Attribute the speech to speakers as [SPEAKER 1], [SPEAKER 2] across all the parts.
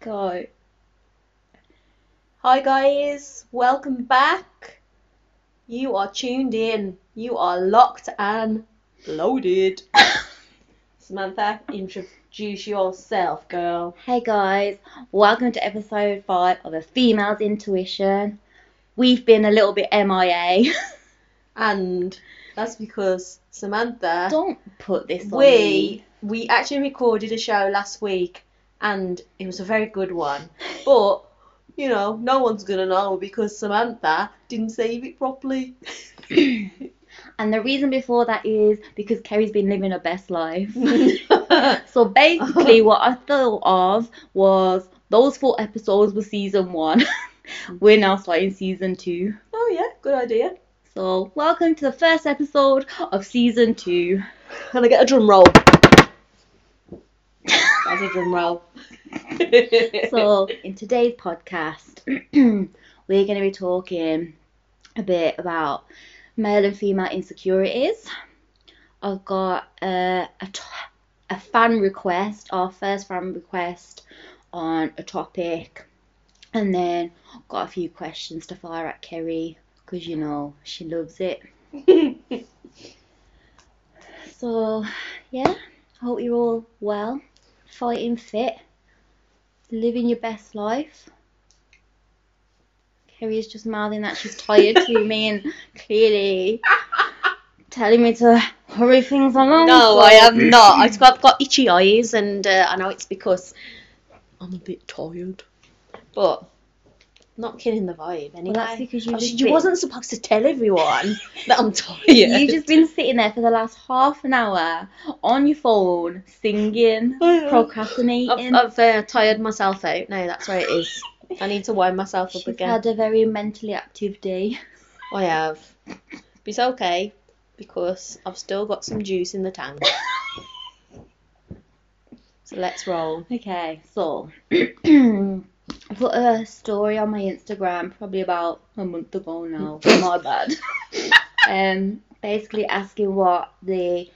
[SPEAKER 1] go. Hi, guys, welcome back. You are tuned in, you are locked and loaded. Samantha, introduce yourself, girl.
[SPEAKER 2] Hey guys, welcome to episode five of A Female's Intuition. We've been a little bit MIA.
[SPEAKER 1] And that's because Samantha,
[SPEAKER 2] Don't put this on me.
[SPEAKER 1] we, we actually recorded a show last week and it was a very good one. But, you know, no one's gonna know because Samantha didn't save it properly.
[SPEAKER 2] And the reason before that is because Kerry's been living her best life. so basically, what I thought of was those four episodes were season one. We're now starting season two.
[SPEAKER 1] Oh yeah, good idea.
[SPEAKER 2] So, welcome to the first episode of season two.
[SPEAKER 1] Can I get a drum roll? That's a drum roll.
[SPEAKER 2] so in today's podcast we're going to be talking a bit about male and female insecurities i've got uh, a, t- a fan request our first fan request on a topic and then got a few questions to fire at kerry because you know she loves it so yeah hope you're all well fighting fit living your best life. Kerry's just mouthing that she's tired to me and clearly telling me to hurry things along.
[SPEAKER 1] no,
[SPEAKER 2] so-
[SPEAKER 1] I am not. I've got, got itchy eyes, and uh, I know it's because I'm a bit tired. But not killing the vibe anyway.
[SPEAKER 2] Well, that's because you
[SPEAKER 1] I mean,
[SPEAKER 2] just
[SPEAKER 1] you
[SPEAKER 2] bit-
[SPEAKER 1] Oh, wasn't supposed to tell everyone that I'm tired.
[SPEAKER 2] You've just been sitting there for the last half an hour on your phone, singing,
[SPEAKER 1] I know. I've,
[SPEAKER 2] procrastinating.
[SPEAKER 1] I've uh, tired myself out. No, that's where it is. I need to wind myself up
[SPEAKER 2] She's
[SPEAKER 1] again.
[SPEAKER 2] had a very mentally active day.
[SPEAKER 1] I have. But it's okay because I've still got some juice in the tank. so let's roll.
[SPEAKER 2] Okay, so I put a story on my Instagram probably about a month ago now. my bad. um, basically asking what the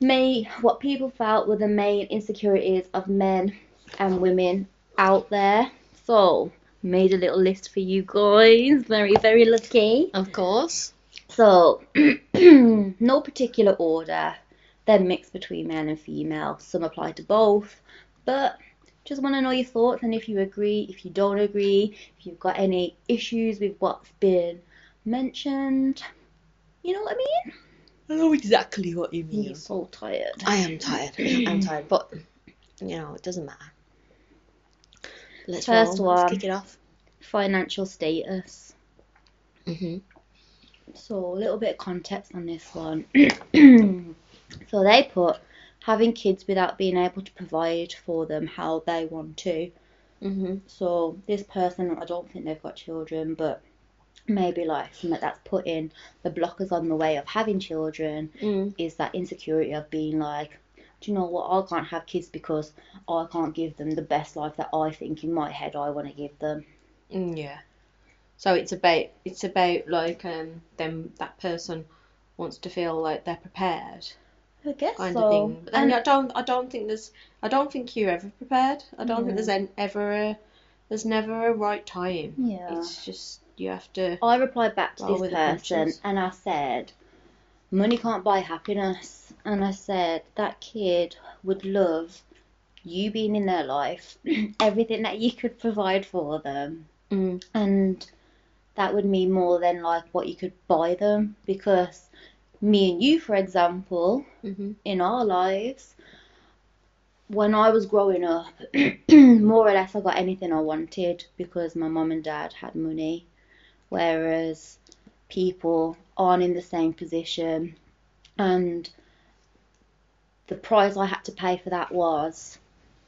[SPEAKER 2] main, what people felt were the main insecurities of men and women out there. So made a little list for you guys. Very very lucky.
[SPEAKER 1] Of course.
[SPEAKER 2] So, no particular order. They're mixed between male and female. Some apply to both. But just want to know your thoughts and if you agree, if you don't agree, if you've got any issues with what's been mentioned. You know what I mean?
[SPEAKER 1] I know exactly what you
[SPEAKER 2] You're so tired.
[SPEAKER 1] I am tired. I'm tired, but you know it doesn't matter. Let's
[SPEAKER 2] First
[SPEAKER 1] roll. Let's
[SPEAKER 2] one.
[SPEAKER 1] kick it off.
[SPEAKER 2] Financial status.
[SPEAKER 1] Mm-hmm.
[SPEAKER 2] So, a little bit of context on this one. so, they put having kids without being able to provide for them how they want to.
[SPEAKER 1] Mm-hmm.
[SPEAKER 2] So this person, I don't think they've got children, but maybe like something that's put in the blockers on the way of having children
[SPEAKER 1] Mm.
[SPEAKER 2] is that insecurity of being like, do you know what? I can't have kids because I can't give them the best life that I think in my head I want to give them.
[SPEAKER 1] Mm, yeah. So it's about it's about like um them that person wants to feel like they're prepared
[SPEAKER 2] I guess
[SPEAKER 1] kind
[SPEAKER 2] so.
[SPEAKER 1] of thing. But then
[SPEAKER 2] And
[SPEAKER 1] I don't I don't think there's I don't think you're ever prepared. I don't think
[SPEAKER 2] No.
[SPEAKER 1] there's en- ever a there's never a right time.
[SPEAKER 2] Yeah.
[SPEAKER 1] It's just you have to.
[SPEAKER 2] I replied back to
[SPEAKER 1] Roll
[SPEAKER 2] this
[SPEAKER 1] with the
[SPEAKER 2] person
[SPEAKER 1] punches.
[SPEAKER 2] and I said, Money can't buy happiness. And I said, That kid would love you being in their life, everything that you could provide for them.
[SPEAKER 1] Mm.
[SPEAKER 2] And that would mean more than like what you could buy them because me and you, for example,
[SPEAKER 1] Mm-hmm.
[SPEAKER 2] in our lives. When I was growing up, more or less I got anything I wanted because my mum and dad had money, whereas people aren't in the same position. And the price I had to pay for that was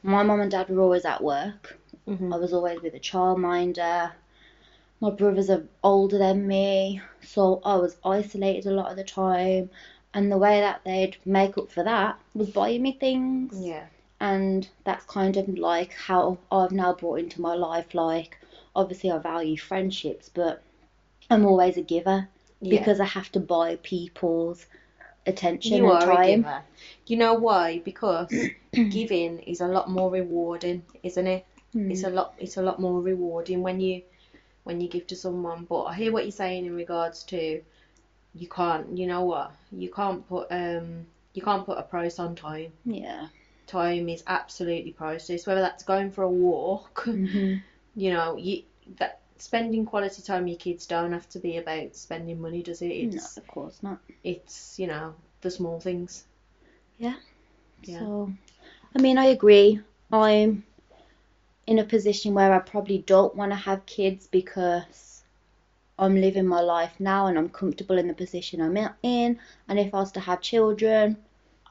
[SPEAKER 2] my mum and dad were always at work.
[SPEAKER 1] Mm-hmm.
[SPEAKER 2] I was always with a childminder. My brothers are older than me, so I was isolated a lot of the time. And the way that they'd make up for that was buying me things.
[SPEAKER 1] Yeah.
[SPEAKER 2] And that's kind of like how I've now brought into my life. Like, obviously, I value friendships, but I'm always a giver
[SPEAKER 1] Yeah.
[SPEAKER 2] because I have to buy people's attention
[SPEAKER 1] you
[SPEAKER 2] and
[SPEAKER 1] are a
[SPEAKER 2] time.
[SPEAKER 1] giver. You know why? Because giving is a lot more rewarding, isn't it?
[SPEAKER 2] Mm.
[SPEAKER 1] It's a lot. It's a lot more rewarding when you when you give to someone. But I hear what you're saying in regards to you can't. You know what? You can't put um you can't put a price on time.
[SPEAKER 2] Yeah.
[SPEAKER 1] Time is absolutely priceless. Whether that's going for a walk,
[SPEAKER 2] Mhm.
[SPEAKER 1] you know, you that spending quality time with your kids don't have to be about spending money, does it? It's
[SPEAKER 2] No, of course not.
[SPEAKER 1] it's you know the small things. Yeah.
[SPEAKER 2] So, I mean, I agree. I'm in a position where I probably don't want to have kids because I'm living my life now and I'm comfortable in the position I'm in- in. And if I was to have children,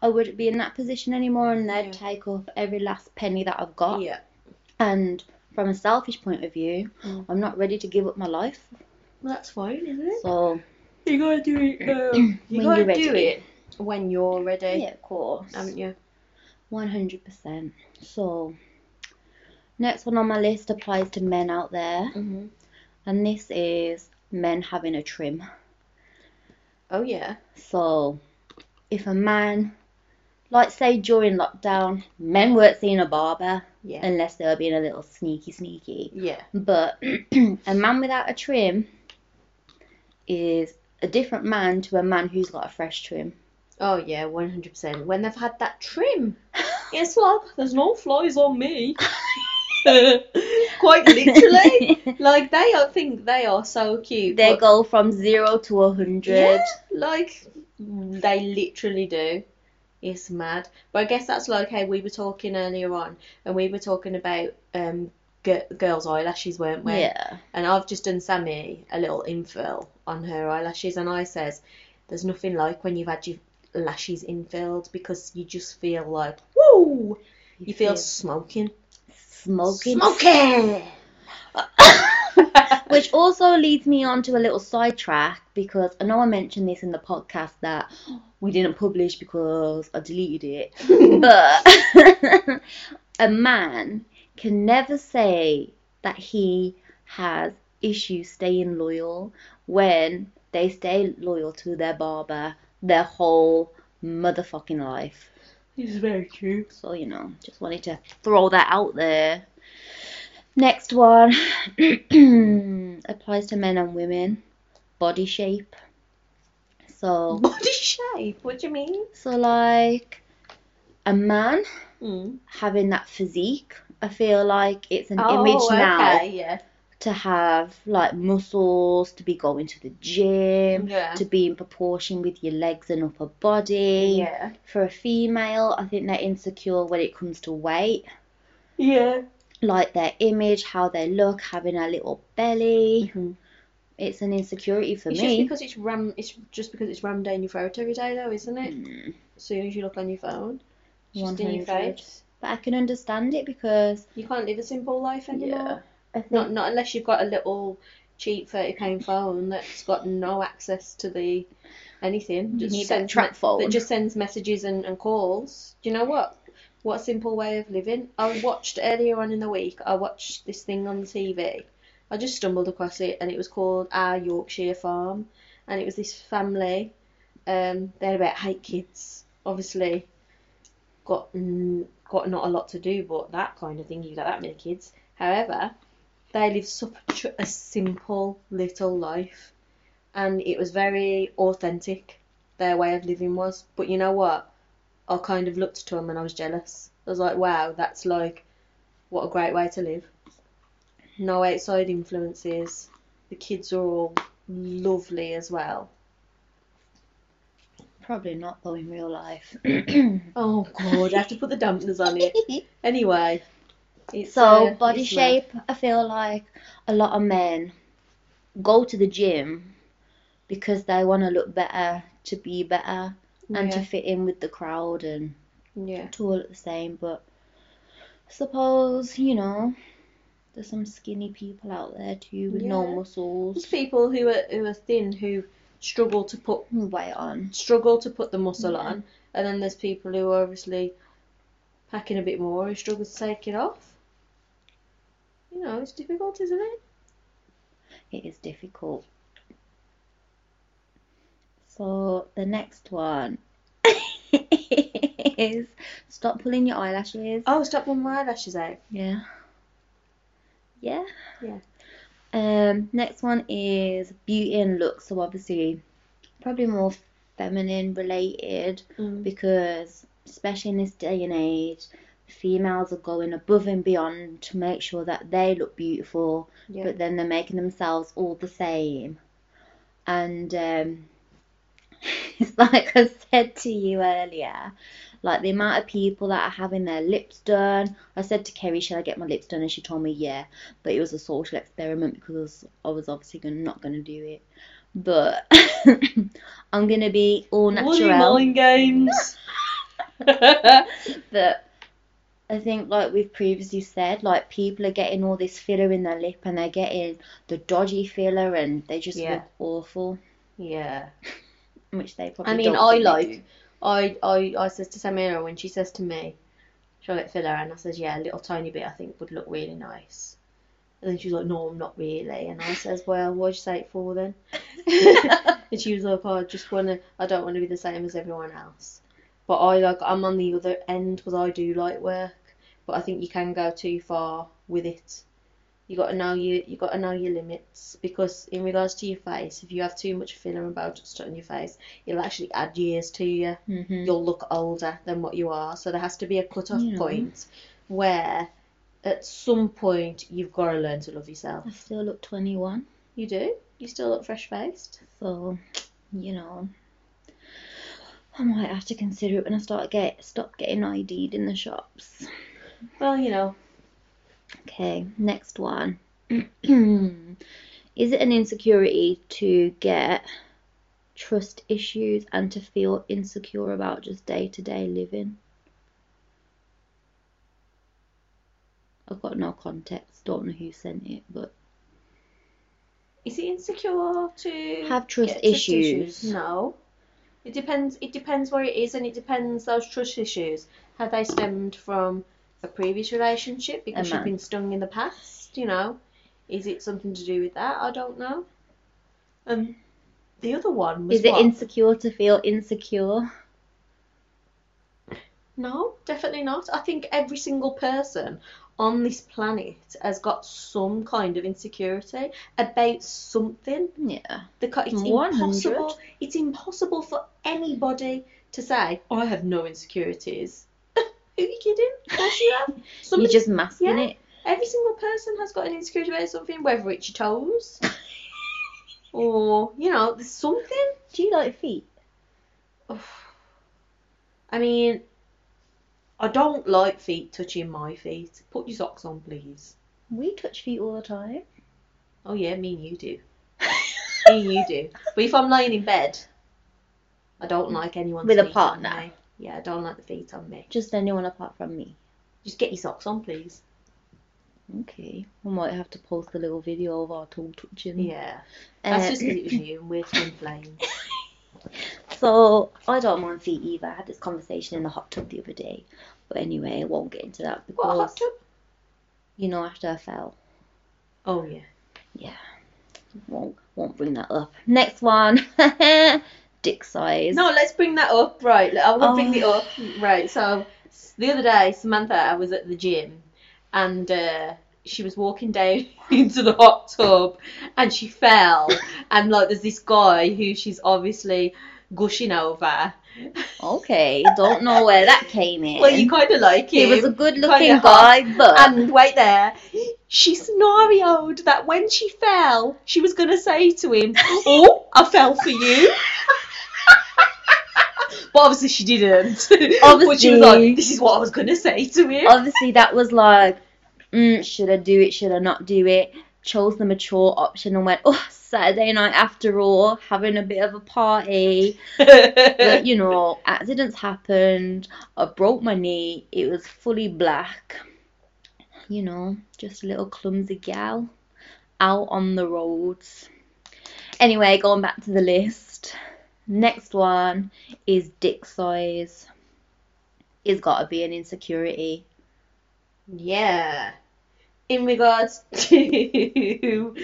[SPEAKER 2] I wouldn't be in that position anymore and they'd
[SPEAKER 1] Yeah.
[SPEAKER 2] take off every last penny that I've got.
[SPEAKER 1] Yeah.
[SPEAKER 2] And from a selfish point of view,
[SPEAKER 1] Mm.
[SPEAKER 2] I'm not ready to give up my life.
[SPEAKER 1] Well, that's fine, isn't it?
[SPEAKER 2] So,
[SPEAKER 1] You gotta do it. Um, you
[SPEAKER 2] When
[SPEAKER 1] gotta
[SPEAKER 2] you're
[SPEAKER 1] do
[SPEAKER 2] ready.
[SPEAKER 1] it when you're ready,
[SPEAKER 2] yeah, of course.
[SPEAKER 1] haven't you?
[SPEAKER 2] 100%. So, next one on my list applies to men out there,
[SPEAKER 1] Mm-hmm.
[SPEAKER 2] and this is men having a trim.
[SPEAKER 1] Oh yeah.
[SPEAKER 2] So, if a man, like say during lockdown, men weren't seeing a barber
[SPEAKER 1] Yeah.
[SPEAKER 2] unless they were being a little sneaky, sneaky.
[SPEAKER 1] yeah.
[SPEAKER 2] But a man without a trim is a different man to a man who's got a fresh trim.
[SPEAKER 1] Oh yeah, one hundred percent. When they've had that trim, guess what? There's no flies on me. Quite literally. like they are, think they are so cute.
[SPEAKER 2] They
[SPEAKER 1] but-
[SPEAKER 2] go from zero to a hundred.
[SPEAKER 1] Yeah, like mm, they literally do. It's mad. But I guess that's like how we were talking earlier on, and we were talking about um g- girls' eyelashes, weren't we?
[SPEAKER 2] Yeah.
[SPEAKER 1] And I've just done Sammy a little infill on her eyelashes, and I says, "There's nothing like when you've had your lashes infilled because you just feel like woo, you feel smoking,
[SPEAKER 2] smoking.
[SPEAKER 1] smoking."
[SPEAKER 2] Which also leads me on to a little sidetrack because I know I mentioned this in the podcast that we didn't publish because I deleted it. But a man can never say that he has issues staying loyal when they stay loyal to their barber their whole motherfucking life.
[SPEAKER 1] This is very true.
[SPEAKER 2] So, you know, just wanted to throw that out there. Next one applies to men and women. Body shape. So,
[SPEAKER 1] Body shape. What do you mean?
[SPEAKER 2] so like a man Hmm.
[SPEAKER 1] Mm.
[SPEAKER 2] having that physique, I feel like it's an
[SPEAKER 1] Oh,
[SPEAKER 2] image now
[SPEAKER 1] okay, yeah.
[SPEAKER 2] to have like muscles, to be going to the gym,
[SPEAKER 1] Yeah.
[SPEAKER 2] to be in proportion with your legs and upper body.
[SPEAKER 1] Yeah.
[SPEAKER 2] For a female, I think they're insecure when it comes to weight.
[SPEAKER 1] Yeah.
[SPEAKER 2] like their image, how they look, having a little belly. It's an insecurity for
[SPEAKER 1] It's just
[SPEAKER 2] me.
[SPEAKER 1] because it's ram. It's just because it's rammed down your throat every day, though, isn't it?
[SPEAKER 2] Mm,
[SPEAKER 1] As soon as you look on your phone, it's just in your
[SPEAKER 2] 100.
[SPEAKER 1] face.
[SPEAKER 2] But I can understand it because
[SPEAKER 1] You can't live a simple life anymore.
[SPEAKER 2] yeah, I think
[SPEAKER 1] Not not unless you've got a little cheap thirty pound phone that's got no access to the anything.
[SPEAKER 2] You
[SPEAKER 1] Just
[SPEAKER 2] need that
[SPEAKER 1] sends
[SPEAKER 2] trap
[SPEAKER 1] me-
[SPEAKER 2] phone.
[SPEAKER 1] That just sends messages and, and calls. Do you know what? What a simple way of living. I watched earlier on in the week. I watched this thing on the TV. I just stumbled across it, and it was called Our Yorkshire Farm, and it was this family. Um, they had about eight kids. Obviously, got mm, got not a lot to do, but that kind of thing. You've got that many kids. However, they lived such a simple little life, and it was very authentic. Their way of living was, but you know what? I kind of looked to them and I was jealous. I was like, wow, that's like, what a great way to live. No outside influences. The kids are all lovely as well.
[SPEAKER 2] probably not though in real life.
[SPEAKER 1] Oh god, I have to put the dampeners on it. Anyway, it's
[SPEAKER 2] so
[SPEAKER 1] uh,
[SPEAKER 2] body
[SPEAKER 1] it's mad.
[SPEAKER 2] shape, I feel like a lot of men go to the gym because they want to look better, to be better, and to
[SPEAKER 1] Yeah,
[SPEAKER 2] fit in with the crowd and
[SPEAKER 1] yeah.
[SPEAKER 2] to all at the same, but suppose, you know, there's some skinny people out there too with no
[SPEAKER 1] Yeah.
[SPEAKER 2] muscles.
[SPEAKER 1] There's people who are who are thin who struggle to put
[SPEAKER 2] Weight on.
[SPEAKER 1] struggle to put the muscle
[SPEAKER 2] Yeah.
[SPEAKER 1] on, and then there's people who are obviously packing a bit more who struggle to take it off. You know, it's difficult, isn't it?
[SPEAKER 2] It is difficult. So the next one is stop pulling your eyelashes.
[SPEAKER 1] Oh, stop pulling my eyelashes out.
[SPEAKER 2] Yeah. Yeah.
[SPEAKER 1] Yeah.
[SPEAKER 2] Um, next one is beauty and look. So obviously, probably more feminine related
[SPEAKER 1] Mm.
[SPEAKER 2] because especially in this day and age, females are going above and beyond to make sure that they look beautiful
[SPEAKER 1] Yeah.
[SPEAKER 2] but then they're making themselves all the same. And um, it's like I said to you earlier, like the amount of people that are having their lips done. I said to Kerry, "Should I get my lips done?" And she told me, "Yeah," but it was a social experiment because I was obviously gonna, not going to do it. But I'm going to be all
[SPEAKER 1] Bloody
[SPEAKER 2] natural.
[SPEAKER 1] mind games.
[SPEAKER 2] But I think, like we've previously said, like people are getting all this filler in their lip and they're getting the dodgy filler and they just
[SPEAKER 1] Yeah.
[SPEAKER 2] look awful,
[SPEAKER 1] yeah.
[SPEAKER 2] which they probably
[SPEAKER 1] I mean,
[SPEAKER 2] don't
[SPEAKER 1] I
[SPEAKER 2] think they
[SPEAKER 1] like. I, I I says to Samira when she says to me, "Shall I get filler?" and I says, "Yeah, a little tiny bit. I think would look really nice." And then she's like, "No, I'm not really." And I says, "Well, what'd you say it for then?" and she was like, "Oh, "I just wanna. I don't want to be the same as everyone else." But I like. I'm on the other end because I do like work, but I think you can go too far with it. You got to know you. You got to know your limits because in regards to your face, if you have too much filler and Botox on your face it'll actually add years to you.
[SPEAKER 2] do. Mhm.
[SPEAKER 1] You'll look older than what you are. So there has to be a cut off
[SPEAKER 2] Yeah.
[SPEAKER 1] point where at some point you've got to learn to love yourself.
[SPEAKER 2] I still look 21,
[SPEAKER 1] You do. You still look fresh faced.
[SPEAKER 2] so you know, I might have to consider it when I start get stop getting ID'd in the shops.
[SPEAKER 1] Well, you know,
[SPEAKER 2] Okay, next one. Is it an insecurity to get trust issues and to feel insecure about just day to day living? I've got no context, don't know who sent it, but
[SPEAKER 1] is it insecure to
[SPEAKER 2] Have trust
[SPEAKER 1] get
[SPEAKER 2] issues.
[SPEAKER 1] No. It depends it depends where it is and it depends those trust issues. Have they stemmed from a previous relationship because you've
[SPEAKER 2] man.
[SPEAKER 1] been stung in the past, you know? Is it something to do with that? I don't know. Um the other one was
[SPEAKER 2] is it
[SPEAKER 1] what?
[SPEAKER 2] insecure to feel insecure?
[SPEAKER 1] No, definitely not. I think every single person on this planet has got some kind of insecurity about something.
[SPEAKER 2] Yeah.
[SPEAKER 1] The co- it's
[SPEAKER 2] 100.
[SPEAKER 1] impossible. It's impossible for anybody to say I have no insecurities. Who are you kidding? Of course you have.
[SPEAKER 2] You're
[SPEAKER 1] Somebody,
[SPEAKER 2] just masking
[SPEAKER 1] yeah.
[SPEAKER 2] it.
[SPEAKER 1] every single person has got an insecurity about something, whether it's your toes or you know, there's something.
[SPEAKER 2] Do you like feet?
[SPEAKER 1] I mean, I don't like feet touching my feet. Put your socks on, please.
[SPEAKER 2] We touch feet all the time.
[SPEAKER 1] Oh yeah, me and you do. Me and you do. But if I'm lying in bed, I don't like anyone's
[SPEAKER 2] With a
[SPEAKER 1] feet on
[SPEAKER 2] partner.
[SPEAKER 1] me. Yeah, I don't like the feet on me.
[SPEAKER 2] Just anyone apart from me.
[SPEAKER 1] Just get your socks on, please.
[SPEAKER 2] Okay, we might have to post a little video of our tool touching.
[SPEAKER 1] Yeah,
[SPEAKER 2] Uh,
[SPEAKER 1] that's just 'cause it was you and we're twin flames.
[SPEAKER 2] so I don't mind feet either. I had this conversation in the hot tub the other day, but anyway, I won't get into that
[SPEAKER 1] What a
[SPEAKER 2] because
[SPEAKER 1] hot tub?
[SPEAKER 2] you know after I fell,
[SPEAKER 1] Oh yeah.
[SPEAKER 2] won't won't bring that up. Next one, dick size.
[SPEAKER 1] No, let's bring that up. Right, I will
[SPEAKER 2] Oh.
[SPEAKER 1] bring it up. Right, so s- the other day, Samantha, I was at the gym, and uh, she was walking down into the hot tub, and she fell, and like there's this guy who she's obviously gushing over.
[SPEAKER 2] Okay, don't know where that came in.
[SPEAKER 1] Well, you kind of like
[SPEAKER 2] he
[SPEAKER 1] him.
[SPEAKER 2] was a
[SPEAKER 1] kinda
[SPEAKER 2] good-looking
[SPEAKER 1] hot.
[SPEAKER 2] guy, but
[SPEAKER 1] and wait there, she scenarioed that when she fell, she was going to say to him, Oh, I fell for you. but obviously she didn't. but she was
[SPEAKER 2] Obviously.
[SPEAKER 1] like, This is what I was going to say to him.
[SPEAKER 2] obviously that was like, mm, should I do it? Should I not do it? Chose the mature option and went, oh, Saturday night after all, having a bit of a party.
[SPEAKER 1] Oh,
[SPEAKER 2] but you know, accidents happened. I broke my knee. It was fully black. You know, just a little clumsy gal out on the roads. Anyway, going back to the list. Next one is dick size. It's got to be an insecurity.
[SPEAKER 1] yeah. In regards to. Um,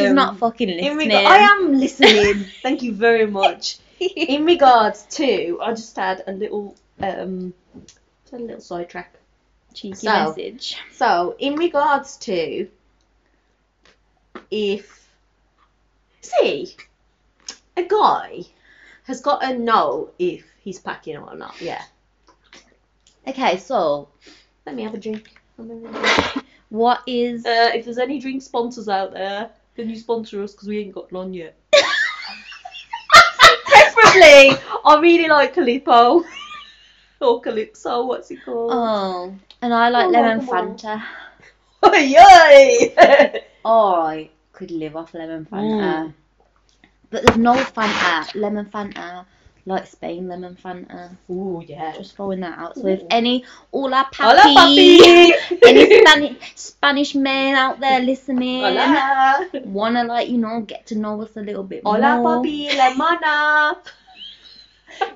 [SPEAKER 2] She's not fucking
[SPEAKER 1] in
[SPEAKER 2] listening.
[SPEAKER 1] reg- I am listening. Thank you very much. in regards to, I just had a little, um, just had a little sidetrack.
[SPEAKER 2] Cheeky
[SPEAKER 1] So-
[SPEAKER 2] message.
[SPEAKER 1] So, in regards to if, see, a guy has got to know if he's packing or not. Yeah.
[SPEAKER 2] Okay, so
[SPEAKER 1] Let me have a drink. Let me have a drink.
[SPEAKER 2] what is
[SPEAKER 1] Uh, if there's any drink sponsors out there, can you sponsor us? Because we ain't got none yet. Preferably, I really like Calippo. or Calypso, what's it called?
[SPEAKER 2] Oh, and I like
[SPEAKER 1] Oh,
[SPEAKER 2] lemon
[SPEAKER 1] come on.
[SPEAKER 2] Fanta.
[SPEAKER 1] Oh, yay!
[SPEAKER 2] Oh, I could live off lemon Fanta.
[SPEAKER 1] Mm.
[SPEAKER 2] But there's no Fanta, lemon Fanta, like Spain lemon Fanta.
[SPEAKER 1] Ooh, yeah.
[SPEAKER 2] Just throwing that out. So
[SPEAKER 1] Ooh.
[SPEAKER 2] if any, all our papi,
[SPEAKER 1] Hola, papi!
[SPEAKER 2] any Spanish Spanish men out there listening,
[SPEAKER 1] Hola!
[SPEAKER 2] wanna like you know get to know us a little bit
[SPEAKER 1] Hola,
[SPEAKER 2] more.
[SPEAKER 1] papi, la mana!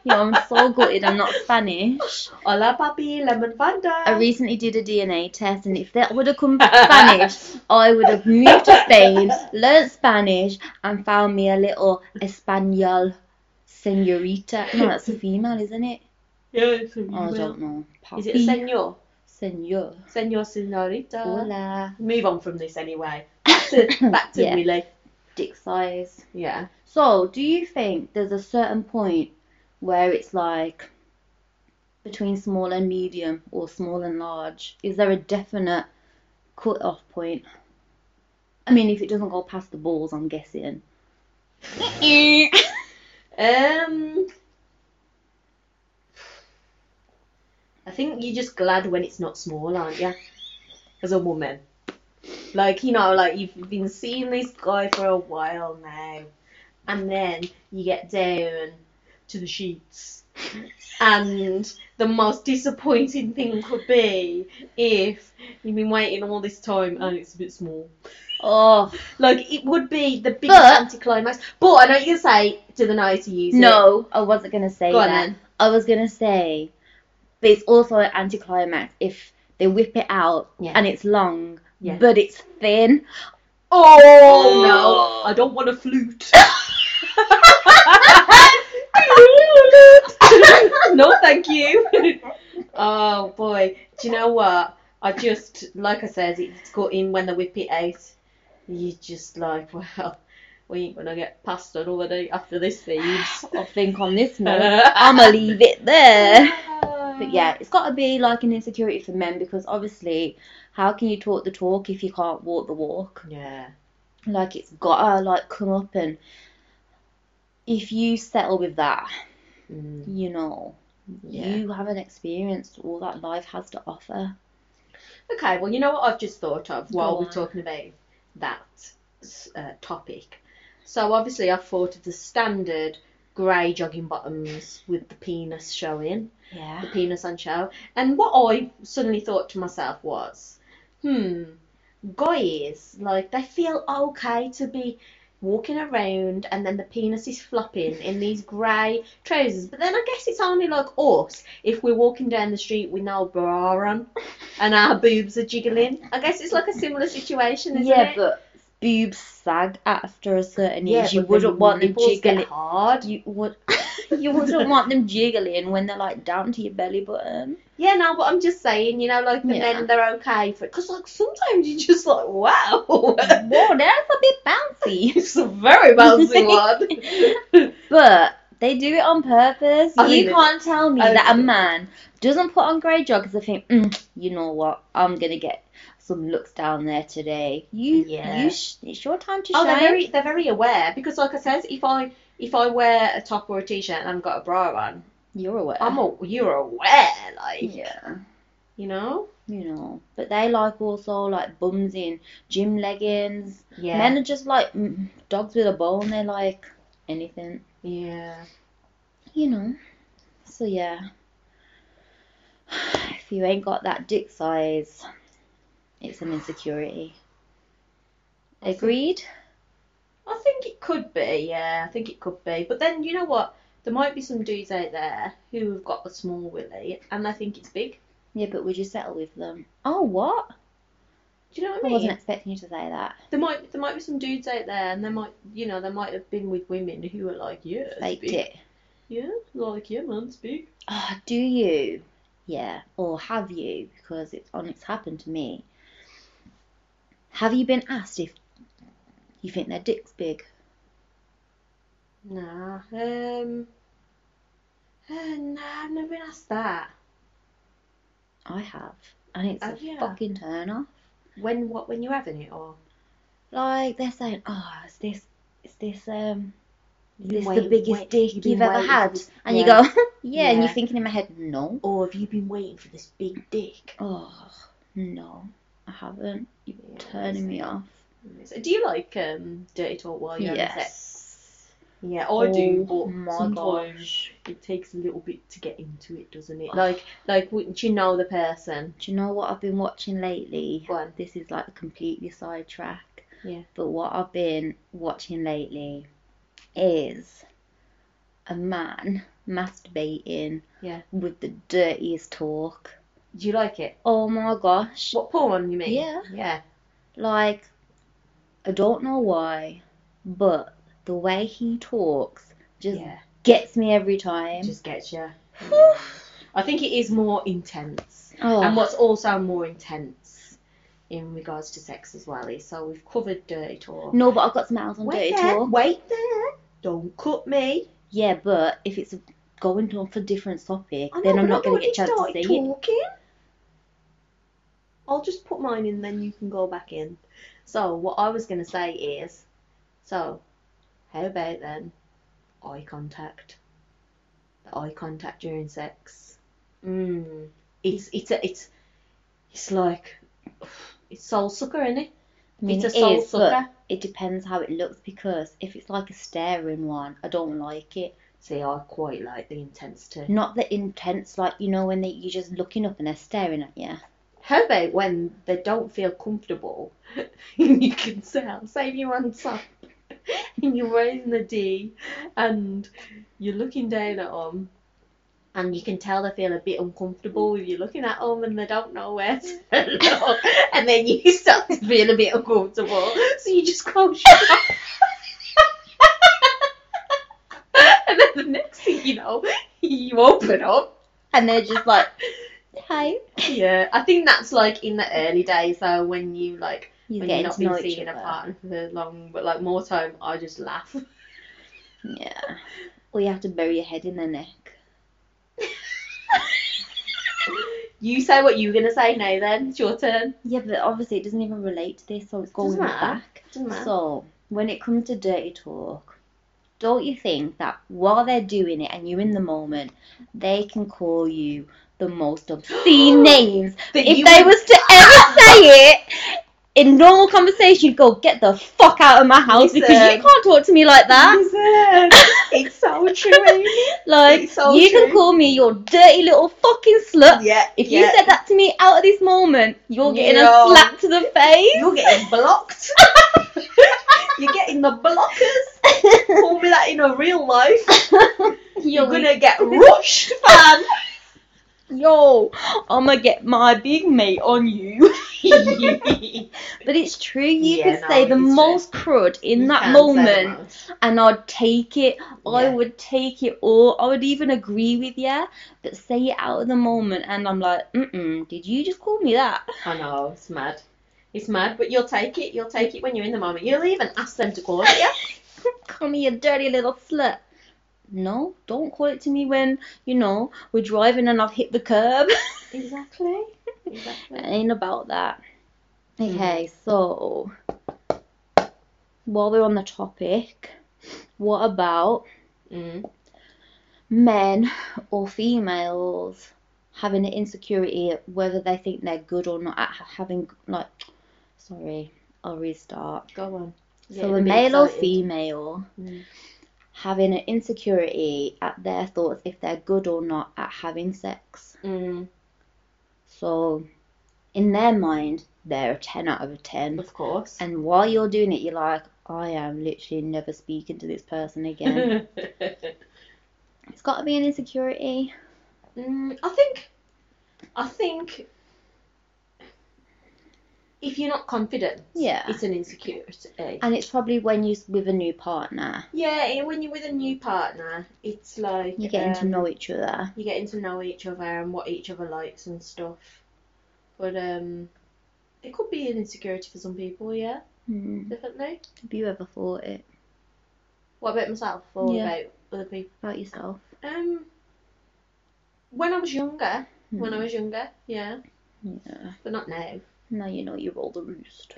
[SPEAKER 2] You know, I'm so gutted I'm not Spanish.
[SPEAKER 1] Hola, papi, lemon
[SPEAKER 2] I
[SPEAKER 1] fanta!
[SPEAKER 2] recently did a DNA test, and if that would have come back Spanish, I would have moved to Spain, learnt Spanish, and found me a little Espanol senorita. No, that's a female, isn't it?
[SPEAKER 1] yeah, it's a
[SPEAKER 2] Oh, I
[SPEAKER 1] real-
[SPEAKER 2] don't know.
[SPEAKER 1] Is it a senor?
[SPEAKER 2] senor?
[SPEAKER 1] Senor, senorita.
[SPEAKER 2] Hola.
[SPEAKER 1] Move on from this anyway. Back to, back to
[SPEAKER 2] Yeah.
[SPEAKER 1] Willy.
[SPEAKER 2] Dick size.
[SPEAKER 1] Yeah.
[SPEAKER 2] So, do you think there's a certain point where it's like between small and medium or small and large? Is there a definite cut off point? I mean, if it doesn't go past the balls, I'm guessing.
[SPEAKER 1] Um, I think you're just glad when it's not small, aren't you? As a woman, like you know, like you've been seeing this guy for a while now, and then you get down to the sheets, and the most disappointing thing could be if you've been waiting all this time and it's a bit small.
[SPEAKER 2] Oh,
[SPEAKER 1] Like it would be the biggest
[SPEAKER 2] But-
[SPEAKER 1] anticlimax. But I know what you're gonna say to the night you use it.
[SPEAKER 2] no, I wasn't going to say
[SPEAKER 1] Go on
[SPEAKER 2] that.
[SPEAKER 1] then.
[SPEAKER 2] I was going to say, but it's also an anticlimax if they whip it out
[SPEAKER 1] Yeah.
[SPEAKER 2] and it's long,
[SPEAKER 1] Yeah.
[SPEAKER 2] but it's thin.
[SPEAKER 1] Oh no, I don't want a flute. no, thank you. oh boy, do you know what? I just like I said, it's got in when they whip it out. You just like, well, we ain't gonna get past another day after this, thieves.
[SPEAKER 2] I think on this note, I'm going to leave it there. But yeah, it's got to be like an insecurity for men because obviously, how can you talk the talk if you can't walk the walk?
[SPEAKER 1] yeah,
[SPEAKER 2] Like it's gotta like come up and if you settle with that,
[SPEAKER 1] Mm,
[SPEAKER 2] you know,
[SPEAKER 1] yeah.
[SPEAKER 2] you haven't experienced all that life has to offer.
[SPEAKER 1] Okay, well, you know what I've just thought of while
[SPEAKER 2] Go
[SPEAKER 1] we're
[SPEAKER 2] on.
[SPEAKER 1] talking about that uh, topic. So obviously, I've thought of the standard grey jogging bottoms with the penis showing,
[SPEAKER 2] Yeah.
[SPEAKER 1] the penis on show. And what I suddenly thought to myself was, hmm, guys, like they feel okay to be walking around and then the penis is flopping in these grey trousers. But then I guess it's only like us if we're walking down the street with no bra on and our boobs are jiggling. I guess it's like a similar situation, isn't
[SPEAKER 2] Yeah,
[SPEAKER 1] it?
[SPEAKER 2] but boobs sag after a certain age. You
[SPEAKER 1] but
[SPEAKER 2] wouldn't
[SPEAKER 1] the
[SPEAKER 2] want them
[SPEAKER 1] nipples get
[SPEAKER 2] jiggling.
[SPEAKER 1] hard.
[SPEAKER 2] You would. you wouldn't want them jiggling when they're like down to your belly button.
[SPEAKER 1] Yeah, no, but I'm just saying, you know, like the
[SPEAKER 2] Yeah.
[SPEAKER 1] men, they're okay for it. Because, like, sometimes you're just like, wow.
[SPEAKER 2] Whoa, that's a bit bouncy.
[SPEAKER 1] it's a very bouncy one.
[SPEAKER 2] But they do it on purpose.
[SPEAKER 1] I mean
[SPEAKER 2] you
[SPEAKER 1] it.
[SPEAKER 2] can't tell me
[SPEAKER 1] I
[SPEAKER 2] that a
[SPEAKER 1] mean it.
[SPEAKER 2] man doesn't put on grey joggers and think, mm, you know what, I'm gonna get some looks down there today. You,
[SPEAKER 1] Yeah.
[SPEAKER 2] you sh- it's your time to
[SPEAKER 1] oh,
[SPEAKER 2] shine.
[SPEAKER 1] they're very, they're very aware. Because, like I said, if I if I wear a top or a t shirt and I've got a bra on,
[SPEAKER 2] You're aware.
[SPEAKER 1] I'm a, you're aware, like,
[SPEAKER 2] yeah,
[SPEAKER 1] you know?
[SPEAKER 2] you know. But they like also like bums in gym leggings.
[SPEAKER 1] Yeah.
[SPEAKER 2] Men are just like mm, dogs with a bone. They're like anything,
[SPEAKER 1] yeah.
[SPEAKER 2] you know. So yeah, if you ain't got that dick size, it's an insecurity. Agreed.
[SPEAKER 1] I think it could be, yeah, I think it could be. But then you know what? There might be some dudes out there who have got a small willy and they think it's big.
[SPEAKER 2] Yeah, but would you settle with them? Oh, what?
[SPEAKER 1] Do you know what
[SPEAKER 2] I
[SPEAKER 1] I
[SPEAKER 2] wasn't
[SPEAKER 1] mean?
[SPEAKER 2] expecting you to say that.
[SPEAKER 1] There might there might be some dudes out there and they might you know, they might have been with women who are like, Yeah, it's
[SPEAKER 2] Faked
[SPEAKER 1] big.
[SPEAKER 2] it.
[SPEAKER 1] Yeah, like, yeah, man, it's big.
[SPEAKER 2] Oh, do Ah, you? Yeah, or have you? Because it's on. It's happened to me. Have you been asked if you think their dick's big?
[SPEAKER 1] Nah. Um. Uh, nah, I've never been asked that.
[SPEAKER 2] I have, and it's
[SPEAKER 1] Have
[SPEAKER 2] a
[SPEAKER 1] ya?
[SPEAKER 2] fucking turn off.
[SPEAKER 1] When what? When you're having it or?
[SPEAKER 2] Like they're saying, "Oh, it's this, it's this, um,
[SPEAKER 1] You've been
[SPEAKER 2] this the
[SPEAKER 1] waiting-
[SPEAKER 2] biggest
[SPEAKER 1] wait-
[SPEAKER 2] dick
[SPEAKER 1] you've
[SPEAKER 2] you've,
[SPEAKER 1] been
[SPEAKER 2] ever
[SPEAKER 1] waiting for
[SPEAKER 2] had,"
[SPEAKER 1] this-
[SPEAKER 2] and
[SPEAKER 1] yeah.
[SPEAKER 2] you go, "Yeah," and you're
[SPEAKER 1] Yeah.
[SPEAKER 2] thinking in my head, "No,
[SPEAKER 1] Or have you been waiting for this big dick?
[SPEAKER 2] oh, no, I haven't. You're
[SPEAKER 1] Yeah,
[SPEAKER 2] turning me
[SPEAKER 1] it's-
[SPEAKER 2] off."
[SPEAKER 1] Do you like um dirty talk while you're having sex?
[SPEAKER 2] Yes.
[SPEAKER 1] Yeah, I do,
[SPEAKER 2] Oh
[SPEAKER 1] but
[SPEAKER 2] my
[SPEAKER 1] sometimes it takes a little bit to get into it, doesn't it? Like, like wouldn't you know the person?
[SPEAKER 2] Do you know what I've been watching lately?
[SPEAKER 1] Go on.
[SPEAKER 2] This is like completely sidetrack.
[SPEAKER 1] Yeah.
[SPEAKER 2] But what I've been watching lately is a man masturbating
[SPEAKER 1] Yeah.
[SPEAKER 2] with the dirtiest talk.
[SPEAKER 1] Do you like it?
[SPEAKER 2] Oh my gosh.
[SPEAKER 1] What porn you mean?
[SPEAKER 2] Yeah.
[SPEAKER 1] yeah.
[SPEAKER 2] Like, I don't know why, but the way he talks just
[SPEAKER 1] yeah.
[SPEAKER 2] gets me every time.
[SPEAKER 1] It just gets you. I think it is more intense.
[SPEAKER 2] oh,
[SPEAKER 1] And what's also more intense in regards to sex as well is so we've covered dirty talk.
[SPEAKER 2] no, but I've got some owls on
[SPEAKER 1] wait
[SPEAKER 2] dirty
[SPEAKER 1] there,
[SPEAKER 2] talk.
[SPEAKER 1] wait there. Don't cut me.
[SPEAKER 2] Yeah, but if it's going on for different topic,
[SPEAKER 1] I know,
[SPEAKER 2] then I'm
[SPEAKER 1] but
[SPEAKER 2] not
[SPEAKER 1] I
[SPEAKER 2] going
[SPEAKER 1] don't
[SPEAKER 2] to get a chance to
[SPEAKER 1] want
[SPEAKER 2] say
[SPEAKER 1] you
[SPEAKER 2] it.
[SPEAKER 1] talking. I'll just put mine in, then you can go back in. So what I was going to say is, so how about then eye contact? The eye contact during sex. Mm. It's it's a, it's it's like it's soul sucker, isn't it?
[SPEAKER 2] I mean,
[SPEAKER 1] it's
[SPEAKER 2] it's
[SPEAKER 1] a soul
[SPEAKER 2] but
[SPEAKER 1] sucker.
[SPEAKER 2] it depends how it looks because if it's like a staring one, I don't like it.
[SPEAKER 1] See, I quite like the intensity.
[SPEAKER 2] Not the intense, like you know when they, you're just looking up and they're staring at you.
[SPEAKER 1] How about when they don't feel comfortable and you can tell, say if you're on top and you're wearing the D and you're looking down at them and you can tell they feel a bit uncomfortable with you looking at them and they don't know where to look and then you start to feel a bit uncomfortable so you just close your eyes. and then the next thing you know, you open up
[SPEAKER 2] And they're just like, "Hi."
[SPEAKER 1] yeah, I think that's like in the early days though, when you like
[SPEAKER 2] You're
[SPEAKER 1] when you've
[SPEAKER 2] getting
[SPEAKER 1] not
[SPEAKER 2] to know
[SPEAKER 1] been
[SPEAKER 2] each
[SPEAKER 1] seeing a
[SPEAKER 2] other.
[SPEAKER 1] partner for long, but like more time, I just laugh.
[SPEAKER 2] Yeah. Or you have to bury your head in their neck.
[SPEAKER 1] You say what you're gonna say now, then it's your turn.
[SPEAKER 2] Yeah, but obviously it doesn't even relate to this, so it's going
[SPEAKER 1] Doesn't matter.
[SPEAKER 2] back.
[SPEAKER 1] Doesn't matter.
[SPEAKER 2] So, when it comes to dirty talk, don't you think that while they're doing it and you're in the moment, they can call you the most obscene names?
[SPEAKER 1] That
[SPEAKER 2] If
[SPEAKER 1] you
[SPEAKER 2] they
[SPEAKER 1] would-
[SPEAKER 2] was to ever say it in normal conversation, you'd go get the fuck out of my house because you
[SPEAKER 1] Listen.
[SPEAKER 2] can't talk to me like that.
[SPEAKER 1] Listen, it's so true. Amy.
[SPEAKER 2] Like
[SPEAKER 1] It's so
[SPEAKER 2] you can
[SPEAKER 1] true.
[SPEAKER 2] call me your dirty little fucking slut.
[SPEAKER 1] yeah,
[SPEAKER 2] If you said that to me out of this moment, you're getting
[SPEAKER 1] No.
[SPEAKER 2] a slap to the face.
[SPEAKER 1] you're getting blocked. you're getting the blockers. Call me that in a real life. You're
[SPEAKER 2] You're
[SPEAKER 1] gonna get rushed, fan.
[SPEAKER 2] Yo, I'ma get my big mate on you. But it's true, you
[SPEAKER 1] Yeah,
[SPEAKER 2] could
[SPEAKER 1] no,
[SPEAKER 2] say the
[SPEAKER 1] it's true.
[SPEAKER 2] most crud in
[SPEAKER 1] You
[SPEAKER 2] that
[SPEAKER 1] can say the
[SPEAKER 2] moment,
[SPEAKER 1] most.
[SPEAKER 2] and I'd take it. I
[SPEAKER 1] Yeah.
[SPEAKER 2] would take it all. I would even agree with you, but say it out of the moment, and I'm like, mm-mm, did you just call me that?
[SPEAKER 1] I know, it's mad. It's mad, but you'll take it. You'll take it when you're in the moment. You'll even ask them to call it. Yeah.
[SPEAKER 2] Call me a dirty little slut. No, don't call it to me when, you know, we're driving and I've hit the curb.
[SPEAKER 1] Exactly.
[SPEAKER 2] It
[SPEAKER 1] Exactly.
[SPEAKER 2] ain't about that.
[SPEAKER 1] Mm-hmm.
[SPEAKER 2] Okay, so while we're on the topic, what about
[SPEAKER 1] Mm.
[SPEAKER 2] men or females having an insecurity whether they think they're good or not at ha- having like sorry, I'll restart.
[SPEAKER 1] Go on.
[SPEAKER 2] So
[SPEAKER 1] Getting
[SPEAKER 2] a
[SPEAKER 1] bit
[SPEAKER 2] male or
[SPEAKER 1] excited.
[SPEAKER 2] female
[SPEAKER 1] Mm.
[SPEAKER 2] having an insecurity at their thoughts if they're good or not at having sex.
[SPEAKER 1] Mm.
[SPEAKER 2] So in their mind, they're a 10 out of a 10.
[SPEAKER 1] Of course.
[SPEAKER 2] And while you're doing it, you're like, I am literally never speaking to this person again. it's got to be an insecurity.
[SPEAKER 1] Mm, I think. I think. if you're not confident,
[SPEAKER 2] Yeah.
[SPEAKER 1] it's an insecurity.
[SPEAKER 2] And it's probably when you're with a new partner,
[SPEAKER 1] yeah, and when you're with a new partner, it's like
[SPEAKER 2] you're getting to
[SPEAKER 1] um,
[SPEAKER 2] know each other.
[SPEAKER 1] you're getting to know each other and what each other likes and stuff. But um, it could be an insecurity for some people, yeah,
[SPEAKER 2] Hmm.
[SPEAKER 1] definitely.
[SPEAKER 2] Have you ever thought it
[SPEAKER 1] What about myself or
[SPEAKER 2] Yeah.
[SPEAKER 1] about other people?
[SPEAKER 2] about yourself?
[SPEAKER 1] Um, when I was younger, when I
[SPEAKER 2] Hmm.
[SPEAKER 1] was younger, yeah,
[SPEAKER 2] Yeah.
[SPEAKER 1] but not now.
[SPEAKER 2] Now you know you roll the roost.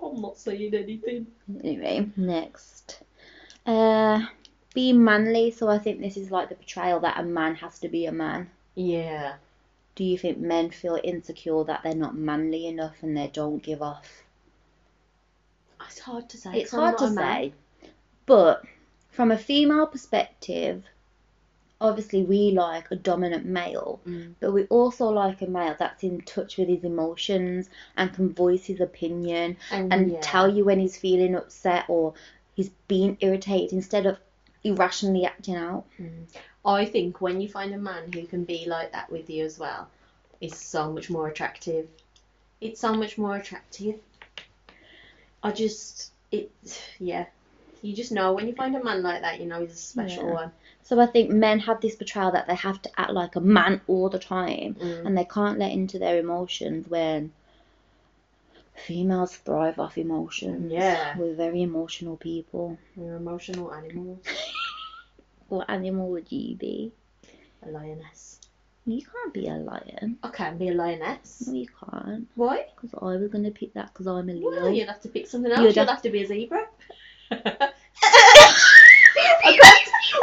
[SPEAKER 1] I'm not saying anything.
[SPEAKER 2] Anyway, next. Uh, be manly. So I think this is like the portrayal that a man has to be a man.
[SPEAKER 1] Yeah.
[SPEAKER 2] Do you think men feel insecure that they're not manly enough and they don't give off?
[SPEAKER 1] It's hard to say.
[SPEAKER 2] It's
[SPEAKER 1] 'cause I'm
[SPEAKER 2] hard
[SPEAKER 1] not
[SPEAKER 2] to
[SPEAKER 1] a man.
[SPEAKER 2] say, but from a female perspective, obviously we like a dominant male,
[SPEAKER 1] Mm.
[SPEAKER 2] but we also like a male that's in touch with his emotions and can voice his opinion
[SPEAKER 1] And,
[SPEAKER 2] and
[SPEAKER 1] Mm, yeah.
[SPEAKER 2] tell you when he's feeling upset or he's being irritated instead of irrationally acting out.
[SPEAKER 1] I think when you find a man who can be like that with you as well, is so much more attractive. It's so much more attractive. I just it yeah. You just know when you find a man like that, you know he's a special
[SPEAKER 2] Yeah.
[SPEAKER 1] one.
[SPEAKER 2] So I think men have this portrayal that they have to act like a man all the time
[SPEAKER 1] Mm.
[SPEAKER 2] and they can't let into their emotions when females thrive off emotions.
[SPEAKER 1] Yeah.
[SPEAKER 2] We're very emotional people.
[SPEAKER 1] You're emotional animals.
[SPEAKER 2] What animal would you be?
[SPEAKER 1] A lioness.
[SPEAKER 2] You can't be a lion.
[SPEAKER 1] I can be a lioness.
[SPEAKER 2] No, you can't.
[SPEAKER 1] Why?
[SPEAKER 2] Because I was going to pick that because I'm a Leo.
[SPEAKER 1] Well, you'd have to pick something else.
[SPEAKER 2] You'd
[SPEAKER 1] You'd,
[SPEAKER 2] have-
[SPEAKER 1] have... to be a zebra.
[SPEAKER 2] What's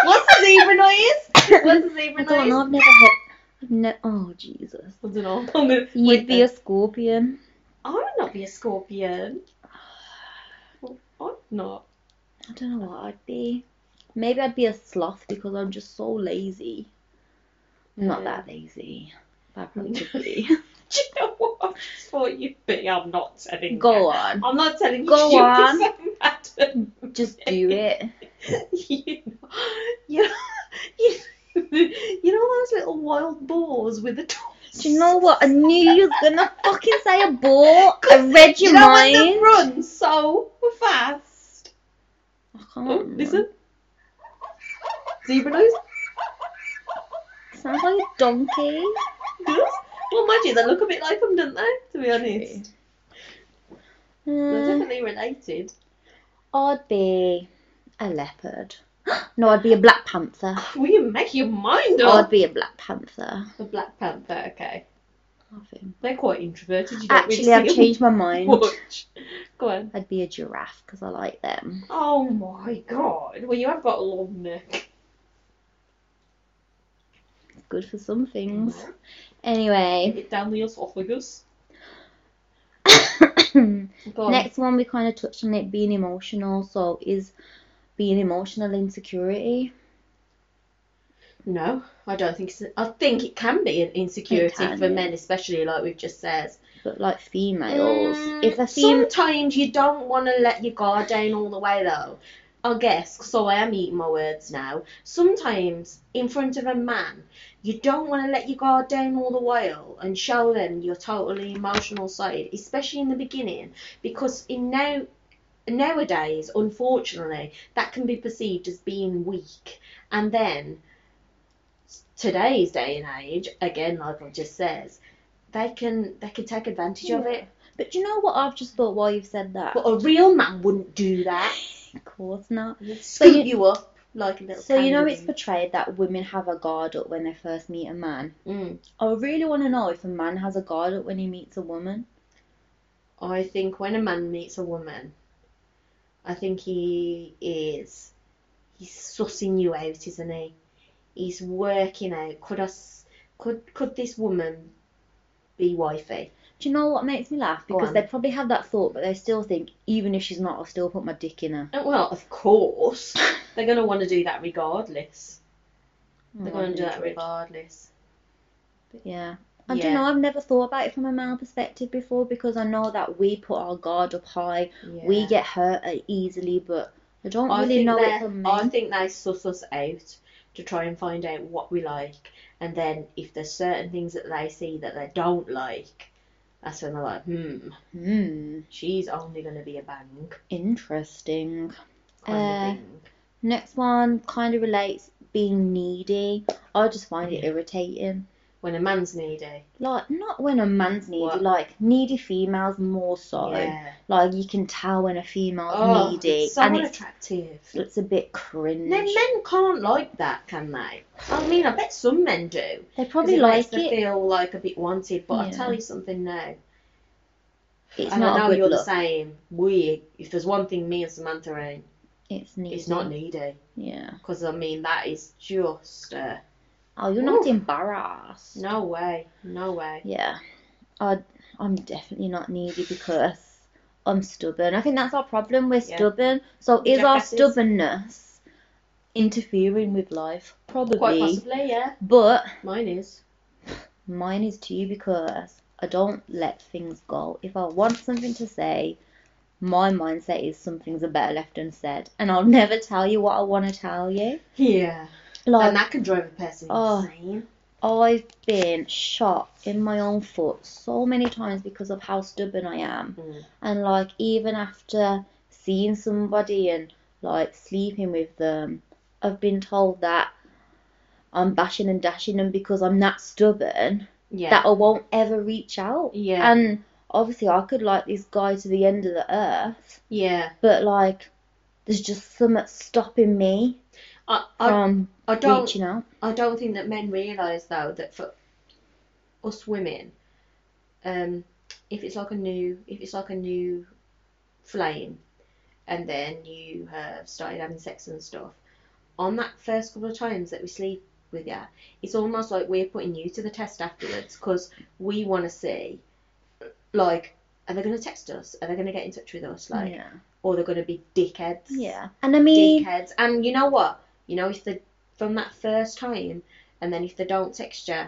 [SPEAKER 1] What's a zebra noise? What's a zebra
[SPEAKER 2] I
[SPEAKER 1] noise?
[SPEAKER 2] don't know. I've never heard. I've ne- oh Jesus!
[SPEAKER 1] I don't know. I'm gonna-
[SPEAKER 2] You'd
[SPEAKER 1] Wait,
[SPEAKER 2] be
[SPEAKER 1] uh,
[SPEAKER 2] a scorpion.
[SPEAKER 1] I would not be a scorpion. I'm not.
[SPEAKER 2] I don't know what I'd be. Maybe I'd be a sloth because I'm just so lazy. I'm not
[SPEAKER 1] Yeah.
[SPEAKER 2] that lazy. but I probably could be.
[SPEAKER 1] Do you know what I just thought you'd be? I'm not telling you.
[SPEAKER 2] Go on,
[SPEAKER 1] I'm not telling you.
[SPEAKER 2] Go
[SPEAKER 1] You're
[SPEAKER 2] on.
[SPEAKER 1] so mad at me.
[SPEAKER 2] just do it.
[SPEAKER 1] you, know, you, you, you know those little wild boars with the tops?
[SPEAKER 2] Do you know what? I knew you was gonna fucking say a ball. I read your
[SPEAKER 1] you know when they
[SPEAKER 2] mind.
[SPEAKER 1] run so fast?
[SPEAKER 2] I
[SPEAKER 1] Oh,
[SPEAKER 2] can't.
[SPEAKER 1] listen. Zebra nose?
[SPEAKER 2] Sounds like a donkey.
[SPEAKER 1] Yes. Well, mind you, they look a bit like them, don't they? To be honest. They're
[SPEAKER 2] Uh,
[SPEAKER 1] definitely related.
[SPEAKER 2] I'd be a leopard. No, I'd be a black panther.
[SPEAKER 1] Will you make your mind
[SPEAKER 2] I'd
[SPEAKER 1] up?
[SPEAKER 2] be a black panther.
[SPEAKER 1] Oh, The Black Panther, okay.
[SPEAKER 2] I think.
[SPEAKER 1] They're quite introverted. You don't
[SPEAKER 2] Actually,
[SPEAKER 1] really
[SPEAKER 2] I've
[SPEAKER 1] see
[SPEAKER 2] changed my
[SPEAKER 1] them
[SPEAKER 2] mind.
[SPEAKER 1] much. Go on.
[SPEAKER 2] I'd be a giraffe because I like them.
[SPEAKER 1] Oh my god. Well, you have got a long neck.
[SPEAKER 2] It's good for some things.
[SPEAKER 1] Mm-hmm.
[SPEAKER 2] Anyway,
[SPEAKER 1] Get down the esophagus. Go on.
[SPEAKER 2] next one we kind of touched on it being emotional. So is being emotional insecurity?
[SPEAKER 1] No, I don't think so. I think it can be an insecurity
[SPEAKER 2] It can,
[SPEAKER 1] for
[SPEAKER 2] yeah.
[SPEAKER 1] men, especially like we've just said.
[SPEAKER 2] But like females,
[SPEAKER 1] Mm,
[SPEAKER 2] if a fem-
[SPEAKER 1] Sometimes you don't want to let your guard down all the way, though. I guess, so I am eating my words now. Sometimes, in front of a man, you don't want to let your guard down all the while and show them your totally emotional side, especially in the beginning, because in now nowadays, unfortunately, that can be perceived as being weak. And then, today's day and age, again, like I just says, they can they can take advantage of it.
[SPEAKER 2] but you know what? I've just thought while you've said that.
[SPEAKER 1] But a real man wouldn't do that.
[SPEAKER 2] of course not.
[SPEAKER 1] He'd scoop
[SPEAKER 2] you-
[SPEAKER 1] you, up like a little.
[SPEAKER 2] So you know it's
[SPEAKER 1] kangaroo.
[SPEAKER 2] portrayed that women have a guard up when they first meet a man.
[SPEAKER 1] Mm.
[SPEAKER 2] I really want to know if a man has a guard up when he meets a woman.
[SPEAKER 1] I think when a man meets a woman, I think he is he's sussing you out, isn't he? He's working out. Could us could could this woman be wifey?
[SPEAKER 2] Do you know what makes me laugh?
[SPEAKER 1] Go
[SPEAKER 2] Because
[SPEAKER 1] on.
[SPEAKER 2] they probably have that thought, but they still think, even if she's not, I'll still put my dick in her.
[SPEAKER 1] Uh, Well, of course they're gonna want to do that regardless. They're
[SPEAKER 2] Oh,
[SPEAKER 1] gonna do that
[SPEAKER 2] Mildred.
[SPEAKER 1] regardless.
[SPEAKER 2] But yeah. I don't
[SPEAKER 1] Yeah.
[SPEAKER 2] know, I've never thought about it from a male perspective before because I know that we put our guard up high, we
[SPEAKER 1] Yeah.
[SPEAKER 2] get hurt uh, easily, but I don't
[SPEAKER 1] I
[SPEAKER 2] really
[SPEAKER 1] think
[SPEAKER 2] know
[SPEAKER 1] they,
[SPEAKER 2] it from
[SPEAKER 1] I
[SPEAKER 2] men.
[SPEAKER 1] think they suss us out to try and find out what we like, and then if there's certain things that they see that they don't like, That's when they're like, hmm,
[SPEAKER 2] Hmm.
[SPEAKER 1] she's only going to be a bang.
[SPEAKER 2] Interesting.
[SPEAKER 1] Kind
[SPEAKER 2] Uh,
[SPEAKER 1] of thing.
[SPEAKER 2] Next one kind of relates being needy. I just find it irritating.
[SPEAKER 1] When a man's needy.
[SPEAKER 2] Like not when a man's needy,
[SPEAKER 1] What?
[SPEAKER 2] like needy females more so.
[SPEAKER 1] Yeah.
[SPEAKER 2] Like you can tell when a female's
[SPEAKER 1] Oh,
[SPEAKER 2] needy,
[SPEAKER 1] it's so
[SPEAKER 2] and it's
[SPEAKER 1] attractive.
[SPEAKER 2] it's a bit cringe.
[SPEAKER 1] Then men can't like that, can they? I mean, I bet some men do.
[SPEAKER 2] they
[SPEAKER 1] 'cause
[SPEAKER 2] probably
[SPEAKER 1] it
[SPEAKER 2] like
[SPEAKER 1] makes them
[SPEAKER 2] it.
[SPEAKER 1] feel like a bit wanted. But I
[SPEAKER 2] Yeah.
[SPEAKER 1] tell you something now.
[SPEAKER 2] It's
[SPEAKER 1] and
[SPEAKER 2] not
[SPEAKER 1] I
[SPEAKER 2] a
[SPEAKER 1] know
[SPEAKER 2] good
[SPEAKER 1] you're
[SPEAKER 2] look.
[SPEAKER 1] the same. We, if there's one thing me and Samantha are in,
[SPEAKER 2] It's needy.
[SPEAKER 1] it's not needy.
[SPEAKER 2] Yeah.
[SPEAKER 1] Because I mean, that is just uh,
[SPEAKER 2] Oh, you're not
[SPEAKER 1] Oof.
[SPEAKER 2] embarrassed.
[SPEAKER 1] no way, no way.
[SPEAKER 2] Yeah. I I'm definitely not needy because I'm stubborn. I think that's our problem. We're
[SPEAKER 1] Yeah.
[SPEAKER 2] stubborn. So is our
[SPEAKER 1] Jackasses.
[SPEAKER 2] stubbornness interfering with life? Probably.
[SPEAKER 1] Quite possibly, yeah.
[SPEAKER 2] But
[SPEAKER 1] Mine is.
[SPEAKER 2] mine is too because I don't let things go. If I want something to say, my mindset is some things are better left unsaid, and I'll never tell you what I want to tell you.
[SPEAKER 1] Yeah.
[SPEAKER 2] Like
[SPEAKER 1] and that can drive a person
[SPEAKER 2] Oh.
[SPEAKER 1] insane.
[SPEAKER 2] I've been shot in my own foot so many times because of how stubborn I am.
[SPEAKER 1] Mm.
[SPEAKER 2] And like even after seeing somebody and like sleeping with them, I've been told that I'm bashing and dashing them because I'm that stubborn
[SPEAKER 1] Yeah.
[SPEAKER 2] that I won't ever reach out.
[SPEAKER 1] yeah.
[SPEAKER 2] And obviously I could like this guy to the end of the earth,
[SPEAKER 1] yeah.
[SPEAKER 2] but like there's just something stopping me
[SPEAKER 1] I, I,
[SPEAKER 2] from
[SPEAKER 1] I don't
[SPEAKER 2] reaching out.
[SPEAKER 1] I don't think that men realise though that for us women, um, if it's like a new if it's like a new flame, and then you have started having sex and stuff, on that first couple of times that we sleep with you, it's almost like we're putting you to the test afterwards because we want to see, like, are they going to text us? Are they going to get in touch with us? Like,
[SPEAKER 2] yeah.
[SPEAKER 1] or they're going to be dickheads?
[SPEAKER 2] Yeah. And I mean
[SPEAKER 1] dickheads. And you know what? You know if the from that first time, and then if they don't text you,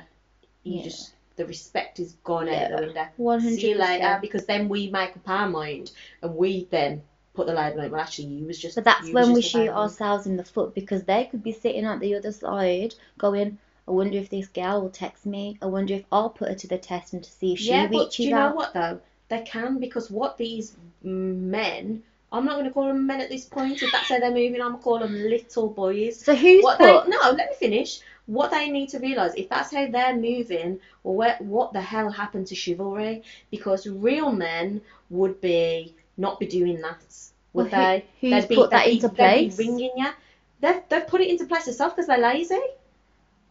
[SPEAKER 1] you
[SPEAKER 2] Yeah.
[SPEAKER 1] just the respect is gone out
[SPEAKER 2] Yeah.
[SPEAKER 1] the window.
[SPEAKER 2] One
[SPEAKER 1] See you
[SPEAKER 2] hundred
[SPEAKER 1] later,
[SPEAKER 2] percent.
[SPEAKER 1] because then we make up our mind, and we then put the label on. it, Well, actually, you was just.
[SPEAKER 2] But that's
[SPEAKER 1] you was
[SPEAKER 2] when we
[SPEAKER 1] just a
[SPEAKER 2] shoot
[SPEAKER 1] bad one."
[SPEAKER 2] ourselves in the foot because they could be sitting at the other side going, I wonder if this girl will text me. I wonder if I'll put her to the test and to see if she
[SPEAKER 1] yeah,
[SPEAKER 2] reaches
[SPEAKER 1] but do you know
[SPEAKER 2] out.
[SPEAKER 1] what though? They can because what these men. I'm not going to call them men at this point. If that's how they're moving, I'm going to call them little boys.
[SPEAKER 2] So who's
[SPEAKER 1] what they,
[SPEAKER 2] put?
[SPEAKER 1] no, let me finish. What they need to realise, if that's how they're moving, well, where, what the hell happened to chivalry? Because real men would be not be doing that, would
[SPEAKER 2] Well,
[SPEAKER 1] they?
[SPEAKER 2] who- who's
[SPEAKER 1] They'd be,
[SPEAKER 2] put that
[SPEAKER 1] they'd be-
[SPEAKER 2] into
[SPEAKER 1] they'd be
[SPEAKER 2] place?
[SPEAKER 1] ringing you. They've, they've put it into place themselves because they're lazy.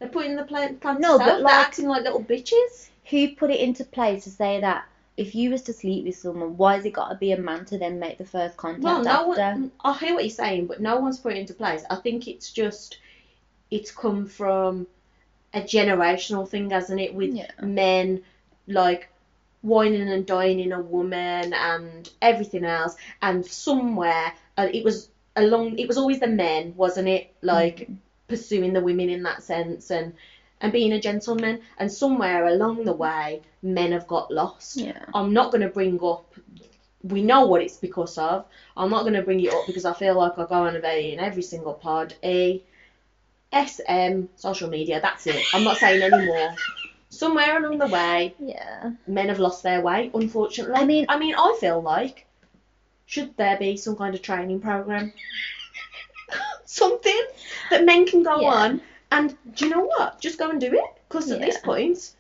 [SPEAKER 1] They're putting the plan, plan
[SPEAKER 2] No, but
[SPEAKER 1] themselves.
[SPEAKER 2] like-
[SPEAKER 1] they're acting like little bitches.
[SPEAKER 2] Who put it into place to say that if you was to sleep with someone, why has it got to be a man to then make the first contact
[SPEAKER 1] Well, no
[SPEAKER 2] after?
[SPEAKER 1] one. I hear what you're saying, but no one's put it into place. I think it's just it's come from a generational thing, hasn't it? With
[SPEAKER 2] Yeah.
[SPEAKER 1] men like whining and dining a woman and everything else, and somewhere uh, it was along. It was always the men, wasn't it? Like
[SPEAKER 2] Mm-hmm.
[SPEAKER 1] pursuing the women in that sense and and being a gentleman. And somewhere along the way, men have got lost.
[SPEAKER 2] Yeah.
[SPEAKER 1] I'm not going to bring up. We know what it's because of. I'm not going to bring it up because I feel like I go on about it in every single pod. A SM social media. That's it. I'm not saying anymore. Somewhere along the way,
[SPEAKER 2] Yeah.
[SPEAKER 1] men have lost their way. Unfortunately,
[SPEAKER 2] I mean-
[SPEAKER 1] I mean, I feel like should there be some kind of training program, something that men can go
[SPEAKER 2] Yeah.
[SPEAKER 1] on and do you know what? Just go and do it because at this
[SPEAKER 2] Yeah.
[SPEAKER 1] point,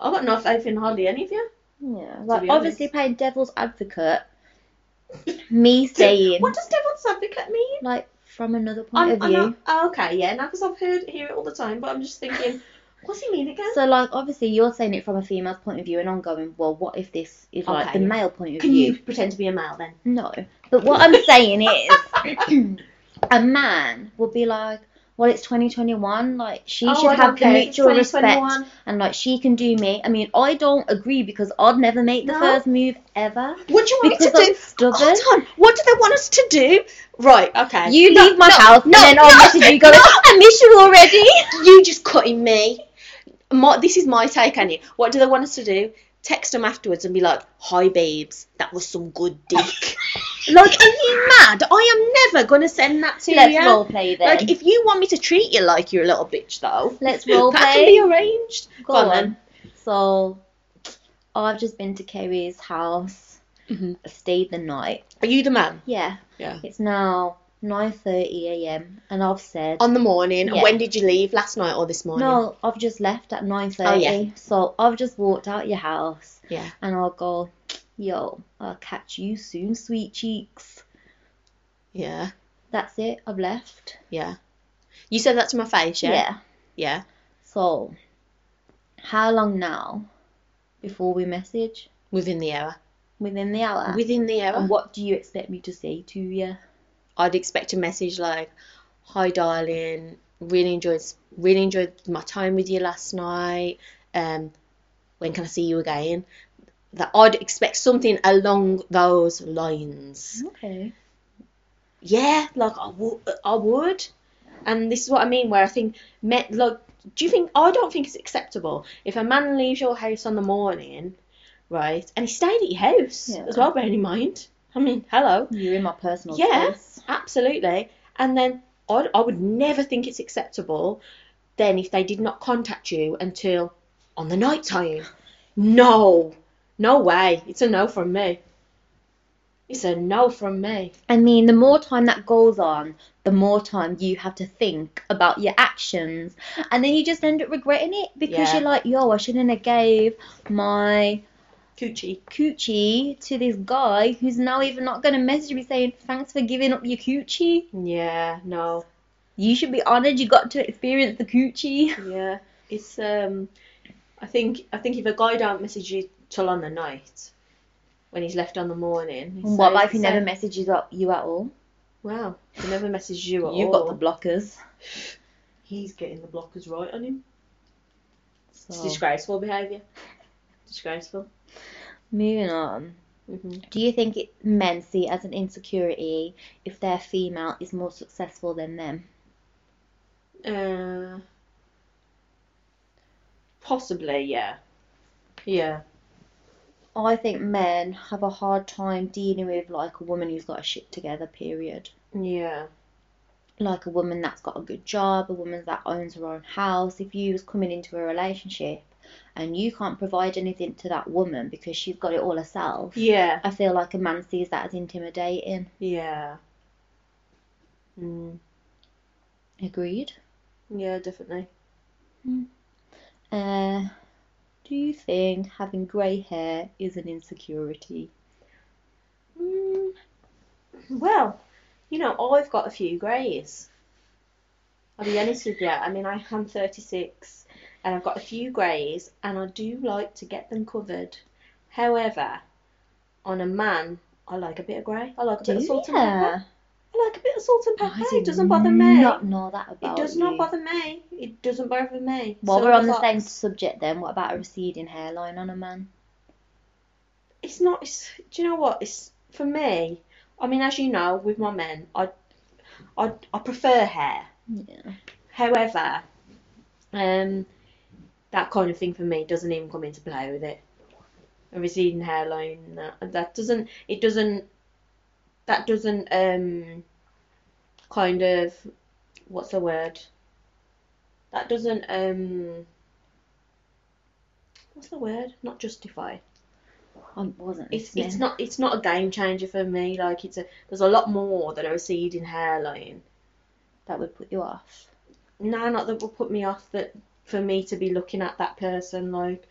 [SPEAKER 1] I've got no faith in hardly any of you.
[SPEAKER 2] Yeah. Like
[SPEAKER 1] be
[SPEAKER 2] obviously playing devil's advocate, me saying
[SPEAKER 1] What does devil's advocate mean?
[SPEAKER 2] like from another point
[SPEAKER 1] I'm,
[SPEAKER 2] of
[SPEAKER 1] I'm
[SPEAKER 2] view.
[SPEAKER 1] not, oh, okay, yeah, now because I've heard hear it all the time, but I'm just thinking, what's he mean again?
[SPEAKER 2] So, like, obviously, you're saying it from a female's point of view, and I'm going, well, what if this is like
[SPEAKER 1] Okay.
[SPEAKER 2] the male point of
[SPEAKER 1] Can
[SPEAKER 2] view?
[SPEAKER 1] you pretend to be a male then?
[SPEAKER 2] No. But what I'm saying is, a man would be like, well, it's 2021. Like, she
[SPEAKER 1] Oh,
[SPEAKER 2] should
[SPEAKER 1] I
[SPEAKER 2] have
[SPEAKER 1] don't
[SPEAKER 2] the
[SPEAKER 1] care, it's
[SPEAKER 2] mutual respect,
[SPEAKER 1] 2021.
[SPEAKER 2] and like, she can do me. I mean, I don't agree because I'd never make the
[SPEAKER 1] No.
[SPEAKER 2] first move ever
[SPEAKER 1] What do you want me
[SPEAKER 2] because
[SPEAKER 1] to do? Oh,
[SPEAKER 2] I'm stubborn.
[SPEAKER 1] Hold on. What do they want us to do? Right. Okay.
[SPEAKER 2] You
[SPEAKER 1] No,
[SPEAKER 2] leave my
[SPEAKER 1] no,
[SPEAKER 2] house,
[SPEAKER 1] no,
[SPEAKER 2] and then I'll
[SPEAKER 1] no,
[SPEAKER 2] message you going,
[SPEAKER 1] no.
[SPEAKER 2] I miss you already.
[SPEAKER 1] You just cutting me. My, this is my take on it. What do they want us to do? Text them afterwards and be like, "Hi, babes, that was some good dick." like, are you mad? I am never gonna send that to
[SPEAKER 2] Let's
[SPEAKER 1] you.
[SPEAKER 2] role play then.
[SPEAKER 1] Like, if you want me to treat you like you're a little bitch, though,
[SPEAKER 2] Let's
[SPEAKER 1] that
[SPEAKER 2] role
[SPEAKER 1] can
[SPEAKER 2] play.
[SPEAKER 1] be arranged.
[SPEAKER 2] Go
[SPEAKER 1] Go on
[SPEAKER 2] on.
[SPEAKER 1] then.
[SPEAKER 2] So I've just been to Kerry's house,
[SPEAKER 1] Mhm.
[SPEAKER 2] stayed the night.
[SPEAKER 1] Are you the man?
[SPEAKER 2] Yeah,
[SPEAKER 1] Yeah.
[SPEAKER 2] it's now 9:30 a.m. and I've said
[SPEAKER 1] On the morning.
[SPEAKER 2] Yeah.
[SPEAKER 1] When did you leave? Last night or this morning?
[SPEAKER 2] no, I've just left at 9:30.
[SPEAKER 1] Oh, yeah.
[SPEAKER 2] So I've just walked out your house
[SPEAKER 1] Yeah.
[SPEAKER 2] and I'll go, yo, I'll catch you soon, sweet cheeks.
[SPEAKER 1] Yeah.
[SPEAKER 2] That's it. I've left.
[SPEAKER 1] Yeah. You said that to my face, yeah? Yeah.
[SPEAKER 2] So, how long now before we message?
[SPEAKER 1] Within the hour.
[SPEAKER 2] Within the hour.
[SPEAKER 1] Within the hour.
[SPEAKER 2] and what do you expect me to say to you?
[SPEAKER 1] I'd expect a message like, "Hi, darling. Really enjoyed really enjoyed my time with you last night. Um, when can I see you again?" That I'd expect something along those lines.
[SPEAKER 2] Okay.
[SPEAKER 1] Yeah, like I would, I would, and this is what I mean. Where I think, met like, do you think I don't think it's acceptable if a man leaves your house on the morning, right, and he stayed at your house
[SPEAKER 2] Yeah.
[SPEAKER 1] as well. Bearing in mind, I mean, hello.
[SPEAKER 2] You're in my personal
[SPEAKER 1] Yeah.
[SPEAKER 2] space.
[SPEAKER 1] Absolutely. And then I, I would never think it's acceptable then if they did not contact you until on the night time. No. No way. It's a no from me. It's a no from me.
[SPEAKER 2] I mean, the more time that goes on, the more time you have to think about your actions, and then you just end up regretting it because
[SPEAKER 1] Yeah.
[SPEAKER 2] you're like, yo, I shouldn't have gave my
[SPEAKER 1] Coochie.
[SPEAKER 2] coochie to this guy who's now even not going to message me saying thanks for giving up your coochie.
[SPEAKER 1] Yeah, no.
[SPEAKER 2] You should be honoured you got to experience the coochie.
[SPEAKER 1] Yeah. It's um I think I think if a guy don't message you till on the night when he's left on the morning.
[SPEAKER 2] And what
[SPEAKER 1] so-
[SPEAKER 2] about if he
[SPEAKER 1] so-
[SPEAKER 2] never messages up you at all?
[SPEAKER 1] Wow, he never messages you at
[SPEAKER 2] You've
[SPEAKER 1] all.
[SPEAKER 2] got the blockers.
[SPEAKER 1] He's getting the blockers right on him. It's
[SPEAKER 2] So
[SPEAKER 1] disgraceful behaviour. Disgraceful.
[SPEAKER 2] moving on.
[SPEAKER 1] Mm-hmm.
[SPEAKER 2] Do you think it, men see it as an insecurity if their female is more successful than them?
[SPEAKER 1] Uh, possibly, yeah. Yeah.
[SPEAKER 2] I think men have a hard time dealing with like a woman who's got a shit together. Period.
[SPEAKER 1] Yeah.
[SPEAKER 2] Like a woman that's got a good job, a woman that owns her own house. If you was coming into a relationship and you can't provide anything to that woman because she's got it all herself,
[SPEAKER 1] Yeah.
[SPEAKER 2] I feel like a man sees that as intimidating.
[SPEAKER 1] Yeah. Mm.
[SPEAKER 2] Agreed.
[SPEAKER 1] Yeah, definitely.
[SPEAKER 2] Uh, do you think having grey hair is an insecurity?
[SPEAKER 1] Mm. Well, you know, I've got a few greys. I'll be honest with you. I mean, I am 36 and I've got a few greys and I do like to get them covered. However, on a man, I like a bit of grey. I like a bit of salt and pepper.
[SPEAKER 2] Yeah.
[SPEAKER 1] I like a bit of salt and pepper.
[SPEAKER 2] I
[SPEAKER 1] It
[SPEAKER 2] did
[SPEAKER 1] doesn't bother me.
[SPEAKER 2] Not know that
[SPEAKER 1] it
[SPEAKER 2] about
[SPEAKER 1] does
[SPEAKER 2] you.
[SPEAKER 1] not bother me. It doesn't bother me.
[SPEAKER 2] While
[SPEAKER 1] So
[SPEAKER 2] we're on the
[SPEAKER 1] like-
[SPEAKER 2] same subject, then what about a receding hairline on a man?
[SPEAKER 1] It's not. It's, do you know what? It's for me. I mean, as you know, with my men, I, I, I prefer hair.
[SPEAKER 2] Yeah.
[SPEAKER 1] However, um, that kind of thing for me doesn't even come into play with it. A receding hairline that that doesn't it doesn't that doesn't um kind of what's the word that doesn't um what's the word not justify
[SPEAKER 2] I wasn't
[SPEAKER 1] it's
[SPEAKER 2] listening.
[SPEAKER 1] it's not it's not a game changer for me like it's a there's a lot more than a receding hairline
[SPEAKER 2] That would put you off.
[SPEAKER 1] no, not that will put me off that for me to be looking at that person like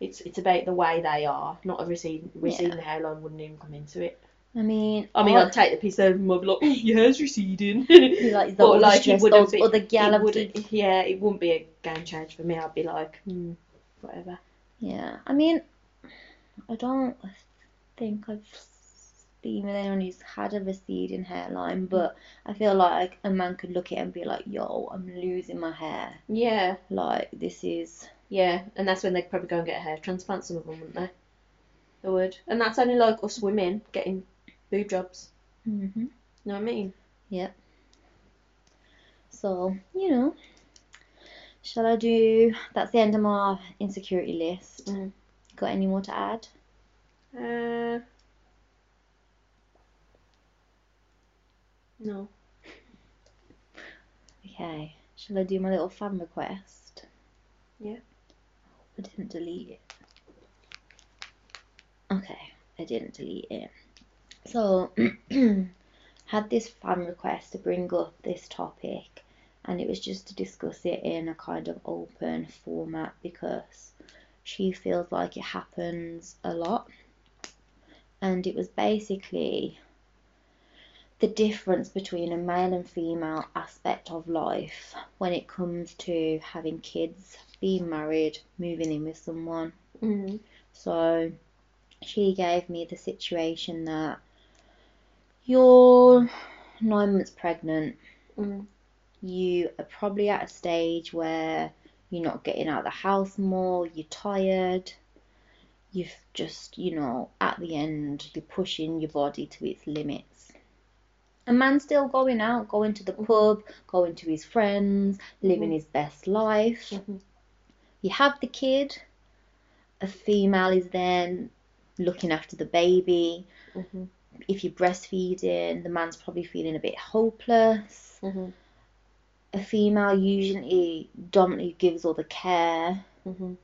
[SPEAKER 1] it's it's about the way they are, not a receding receding hairline wouldn't even come into it.
[SPEAKER 2] I mean,
[SPEAKER 1] I mean
[SPEAKER 2] I-
[SPEAKER 1] I'd take the piece of my block your hair's receding.
[SPEAKER 2] be like the
[SPEAKER 1] But
[SPEAKER 2] old
[SPEAKER 1] like it
[SPEAKER 2] stressed
[SPEAKER 1] wouldn't
[SPEAKER 2] old
[SPEAKER 1] be
[SPEAKER 2] other
[SPEAKER 1] it
[SPEAKER 2] gal I've
[SPEAKER 1] wouldn't-
[SPEAKER 2] did.
[SPEAKER 1] yeah, it wouldn't be a game change for me. I'd be like, hmm, whatever.
[SPEAKER 2] Yeah, I mean, I don't think I've seen anyone who's had a receding
[SPEAKER 1] Mm.
[SPEAKER 2] hairline, but I feel like a man could look at it and be like, yo, I'm losing my hair.
[SPEAKER 1] Yeah,
[SPEAKER 2] Like, this is.
[SPEAKER 1] yeah. And that's when they'd probably go and get a hair transplant, some of them, wouldn't they? They would. And that's only like us women getting boob jobs.
[SPEAKER 2] Mm-hmm.
[SPEAKER 1] You know what I mean?
[SPEAKER 2] So, you know, shall I do? That's the end of my insecurity list.
[SPEAKER 1] Mm.
[SPEAKER 2] Got any more to add?
[SPEAKER 1] Uh, no.
[SPEAKER 2] Okay, shall I do my little fan request?
[SPEAKER 1] Yeah.
[SPEAKER 2] I didn't delete it. I didn't delete it. So, had this fan request to bring up this topic, and it was just to discuss it in a kind of open format because she feels like it happens a lot. And it was basically the difference between a male and female aspect of life when it comes to having kids, being married, moving in with someone.
[SPEAKER 1] Mm.
[SPEAKER 2] So she gave me the situation that you're nine months pregnant,
[SPEAKER 1] Mm.
[SPEAKER 2] you are probably at a stage where you're not getting out of the house more, you're tired, you've just, you know, at the end, you're pushing your body to its limits. A man's still going out, going to the pub, going to his friends, living
[SPEAKER 1] Mhm.
[SPEAKER 2] his best life.
[SPEAKER 1] Mhm.
[SPEAKER 2] You have the kid, a female is then looking after the baby.
[SPEAKER 1] Mhm.
[SPEAKER 2] If you're breastfeeding, the man's probably feeling a bit hopeless.
[SPEAKER 1] Mhm.
[SPEAKER 2] A female usually dominantly gives all the care.
[SPEAKER 1] Mhm.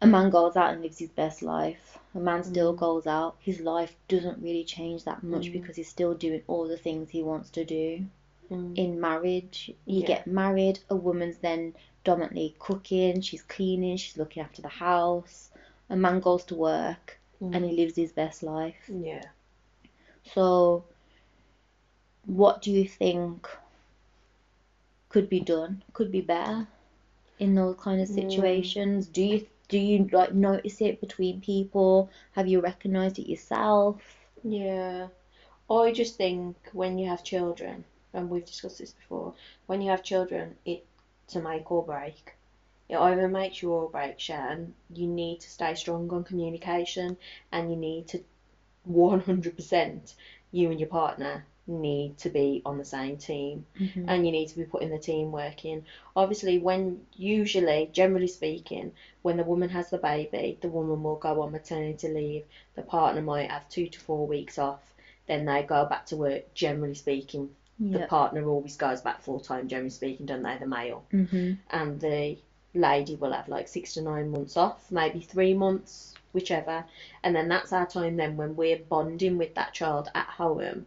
[SPEAKER 2] A man goes out and lives his best life. A man still
[SPEAKER 1] Mhm.
[SPEAKER 2] goes out. His life doesn't really change that much
[SPEAKER 1] Mhm.
[SPEAKER 2] because he's still doing all the things he wants to do.
[SPEAKER 1] Mhm.
[SPEAKER 2] in marriage. You
[SPEAKER 1] Yeah.
[SPEAKER 2] get married, a woman's then dominantly cooking, she's cleaning, she's looking after the house. A man goes to work and he lives his best life.
[SPEAKER 1] Yeah.
[SPEAKER 2] So, what do you think could be done? Could be better in those kind of
[SPEAKER 1] Mm.
[SPEAKER 2] situations? Do you do you like notice it between people? Have you recognized it yourself?
[SPEAKER 1] Yeah. I just think when you have children, and we've discussed this before, when you have children, it's a make or break. It either makes you or breaks you, and you need to stay strong on communication, and you need to 100% you and your partner need to be on the same team and you need to be putting the teamwork in. Obviously, when usually, generally speaking, when the woman has the baby, the woman will go on maternity leave. The partner might have two to four weeks off. Then they go back to work. Generally speaking, the
[SPEAKER 2] Yeah.
[SPEAKER 1] partner always goes back full time. Generally speaking, don't they? The male
[SPEAKER 2] hmm
[SPEAKER 1] and the lady will have like six to nine months off, maybe three months, whichever. And then that's our time then when we're bonding with that child at home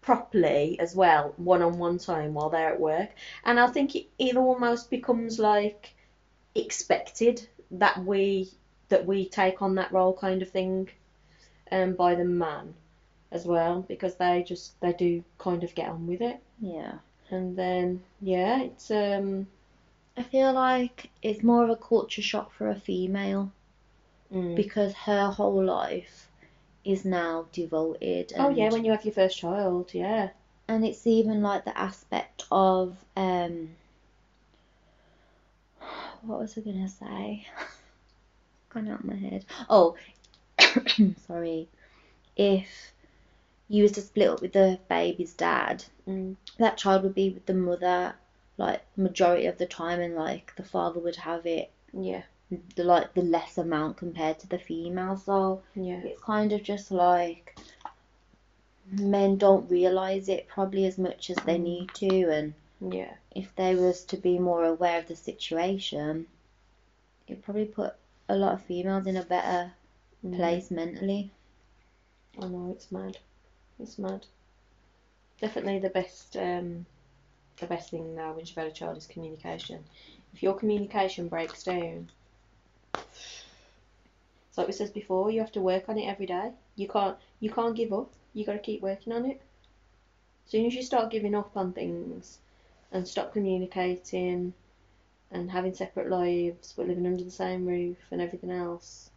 [SPEAKER 1] properly as well, one on one time while they're at work. And I think it, it almost becomes like expected that we that we take on that role kind of thing um by the man as well because they just they do kind of get on with it
[SPEAKER 2] Yeah.
[SPEAKER 1] and then yeah it's um
[SPEAKER 2] I feel like it's more of a culture shock for a female
[SPEAKER 1] mm.
[SPEAKER 2] because her whole life is now devoted. And,
[SPEAKER 1] Oh yeah, when you have your first child, yeah.
[SPEAKER 2] and it's even like the aspect of um, what was I gonna say? Gone out of my head. Oh, sorry. If you was to split up with the baby's dad,
[SPEAKER 1] Mm.
[SPEAKER 2] that child would be with the mother like majority of the time, and like the father would have it
[SPEAKER 1] Yeah,
[SPEAKER 2] the like the less amount compared to the female. So
[SPEAKER 1] yeah.
[SPEAKER 2] it's kind of just like men don't realize it probably as much as they need to, and
[SPEAKER 1] Yeah.
[SPEAKER 2] if they was to be more aware of the situation, it probably put a lot of females in a better
[SPEAKER 1] Mm.
[SPEAKER 2] place mentally.
[SPEAKER 1] I know it's mad. It's mad. Definitely the best um the best thing now when you've had a child is communication. If your communication breaks down it's like we said before, you have to work on it every day. You can't you can't give up. You gotta keep working on it. As soon as you start giving up on things and stop communicating and having separate lives but living under the same roof and everything else,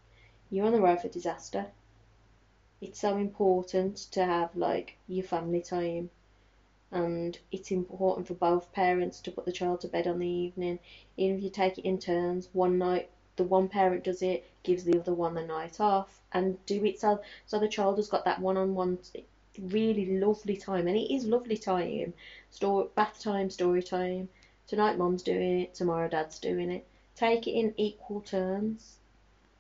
[SPEAKER 1] you're on the road for disaster. It's so important to have like your family time and it's important for both parents to put the child to bed on the evening. Even if you take it in turns, one night the one parent does it, gives the other one the night off and do it so so the child has got that one on one really lovely time and it is lovely time. Store bath time, story time. Tonight mom's doing it, tomorrow dad's doing it. Take it in equal turns.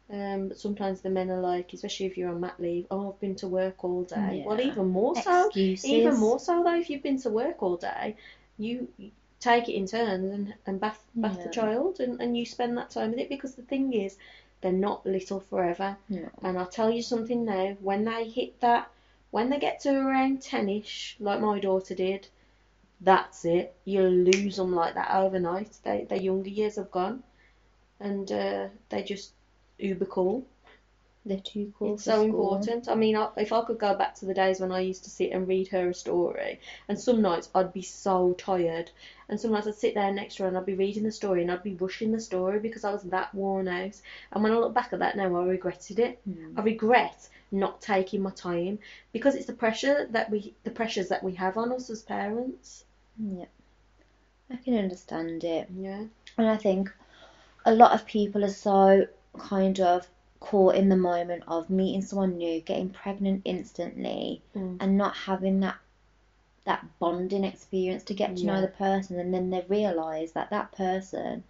[SPEAKER 1] Um, but sometimes the men are like, especially if you're on mat leave, oh, I've been to work all day. Well,
[SPEAKER 2] Yeah.
[SPEAKER 1] even more so.
[SPEAKER 2] Excuses.
[SPEAKER 1] Even more so though, if you've been to work all day, you take it in turns and, and bath bath
[SPEAKER 2] Yeah.
[SPEAKER 1] the child and, and you spend that time with it because the thing is They're not little forever.
[SPEAKER 2] No.
[SPEAKER 1] And I'll tell you something now, when they hit that, when they get to around 10 ish, like my daughter did, that's it. You lose them like that overnight. They, their younger years have gone. And uh, they just uber cool.
[SPEAKER 2] They're too cool.
[SPEAKER 1] It's
[SPEAKER 2] for
[SPEAKER 1] so
[SPEAKER 2] school.
[SPEAKER 1] important. I mean, I, if I could go back to the days when I used to sit and read her a story, and some nights I'd be so tired, and some nights I'd sit there next to her and I'd be reading the story and I'd be rushing the story because I was that worn out. And when I look back at that now, I regretted it.
[SPEAKER 2] Mm.
[SPEAKER 1] I regret not taking my time because it's the pressure that we, the pressures that we have on us as parents.
[SPEAKER 2] Yeah. I can understand it.
[SPEAKER 1] Yeah.
[SPEAKER 2] And I think a lot of people are so kind of caught in the moment of meeting someone new, getting pregnant instantly,
[SPEAKER 1] Mm.
[SPEAKER 2] and not having that that bonding experience to get to know
[SPEAKER 1] Yeah.
[SPEAKER 2] the person, and then they realise that that person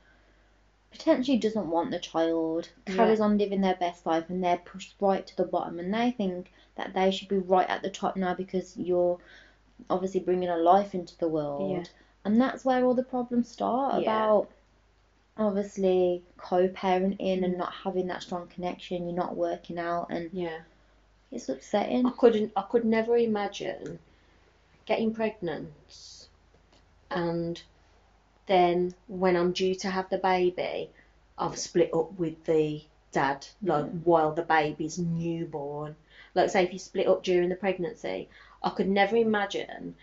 [SPEAKER 2] potentially doesn't want the child,
[SPEAKER 1] Yeah.
[SPEAKER 2] carries on living their best life, and they're pushed right to the bottom, and they think that they should be right at the top now because you're obviously bringing a life into the world
[SPEAKER 1] Yeah.
[SPEAKER 2] and that's where all the problems start
[SPEAKER 1] Yeah.
[SPEAKER 2] about obviously co-parenting and
[SPEAKER 1] Mm.
[SPEAKER 2] not having that strong connection you're not working out and
[SPEAKER 1] Yeah.
[SPEAKER 2] it's upsetting
[SPEAKER 1] I couldn't. I could never imagine getting pregnant, and then when I'm due to have the baby, I've split up with the dad. Like
[SPEAKER 2] Yeah.
[SPEAKER 1] while the baby's newborn. Like say if you split up during the pregnancy, I could never imagine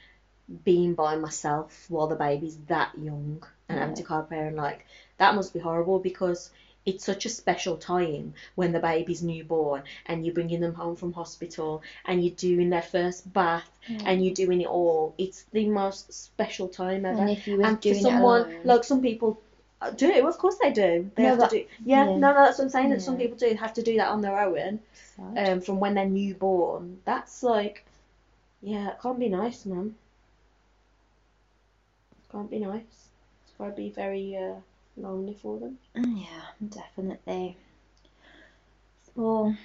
[SPEAKER 1] being by myself while the baby's that young and having to co-parent. Like that must be horrible because it's such a special time when the baby's newborn and you're bringing them home from hospital and you're doing their first bath
[SPEAKER 2] Mm.
[SPEAKER 1] and you're doing it all. It's the most special time ever.
[SPEAKER 2] and if you was
[SPEAKER 1] And for
[SPEAKER 2] doing it
[SPEAKER 1] someone
[SPEAKER 2] alone,
[SPEAKER 1] like some people uh, do, of course they do. They
[SPEAKER 2] No,
[SPEAKER 1] have
[SPEAKER 2] but-
[SPEAKER 1] to do.
[SPEAKER 2] yeah.
[SPEAKER 1] Yeah, no, no, that's what I'm saying. That some
[SPEAKER 2] Yeah.
[SPEAKER 1] people do have to do that on their own
[SPEAKER 2] it's sad.
[SPEAKER 1] um, from when they're newborn. That's like, yeah, it can't be nice, man. Can't be nice. It's got to be very uh, lonely for them.
[SPEAKER 2] yeah definitely well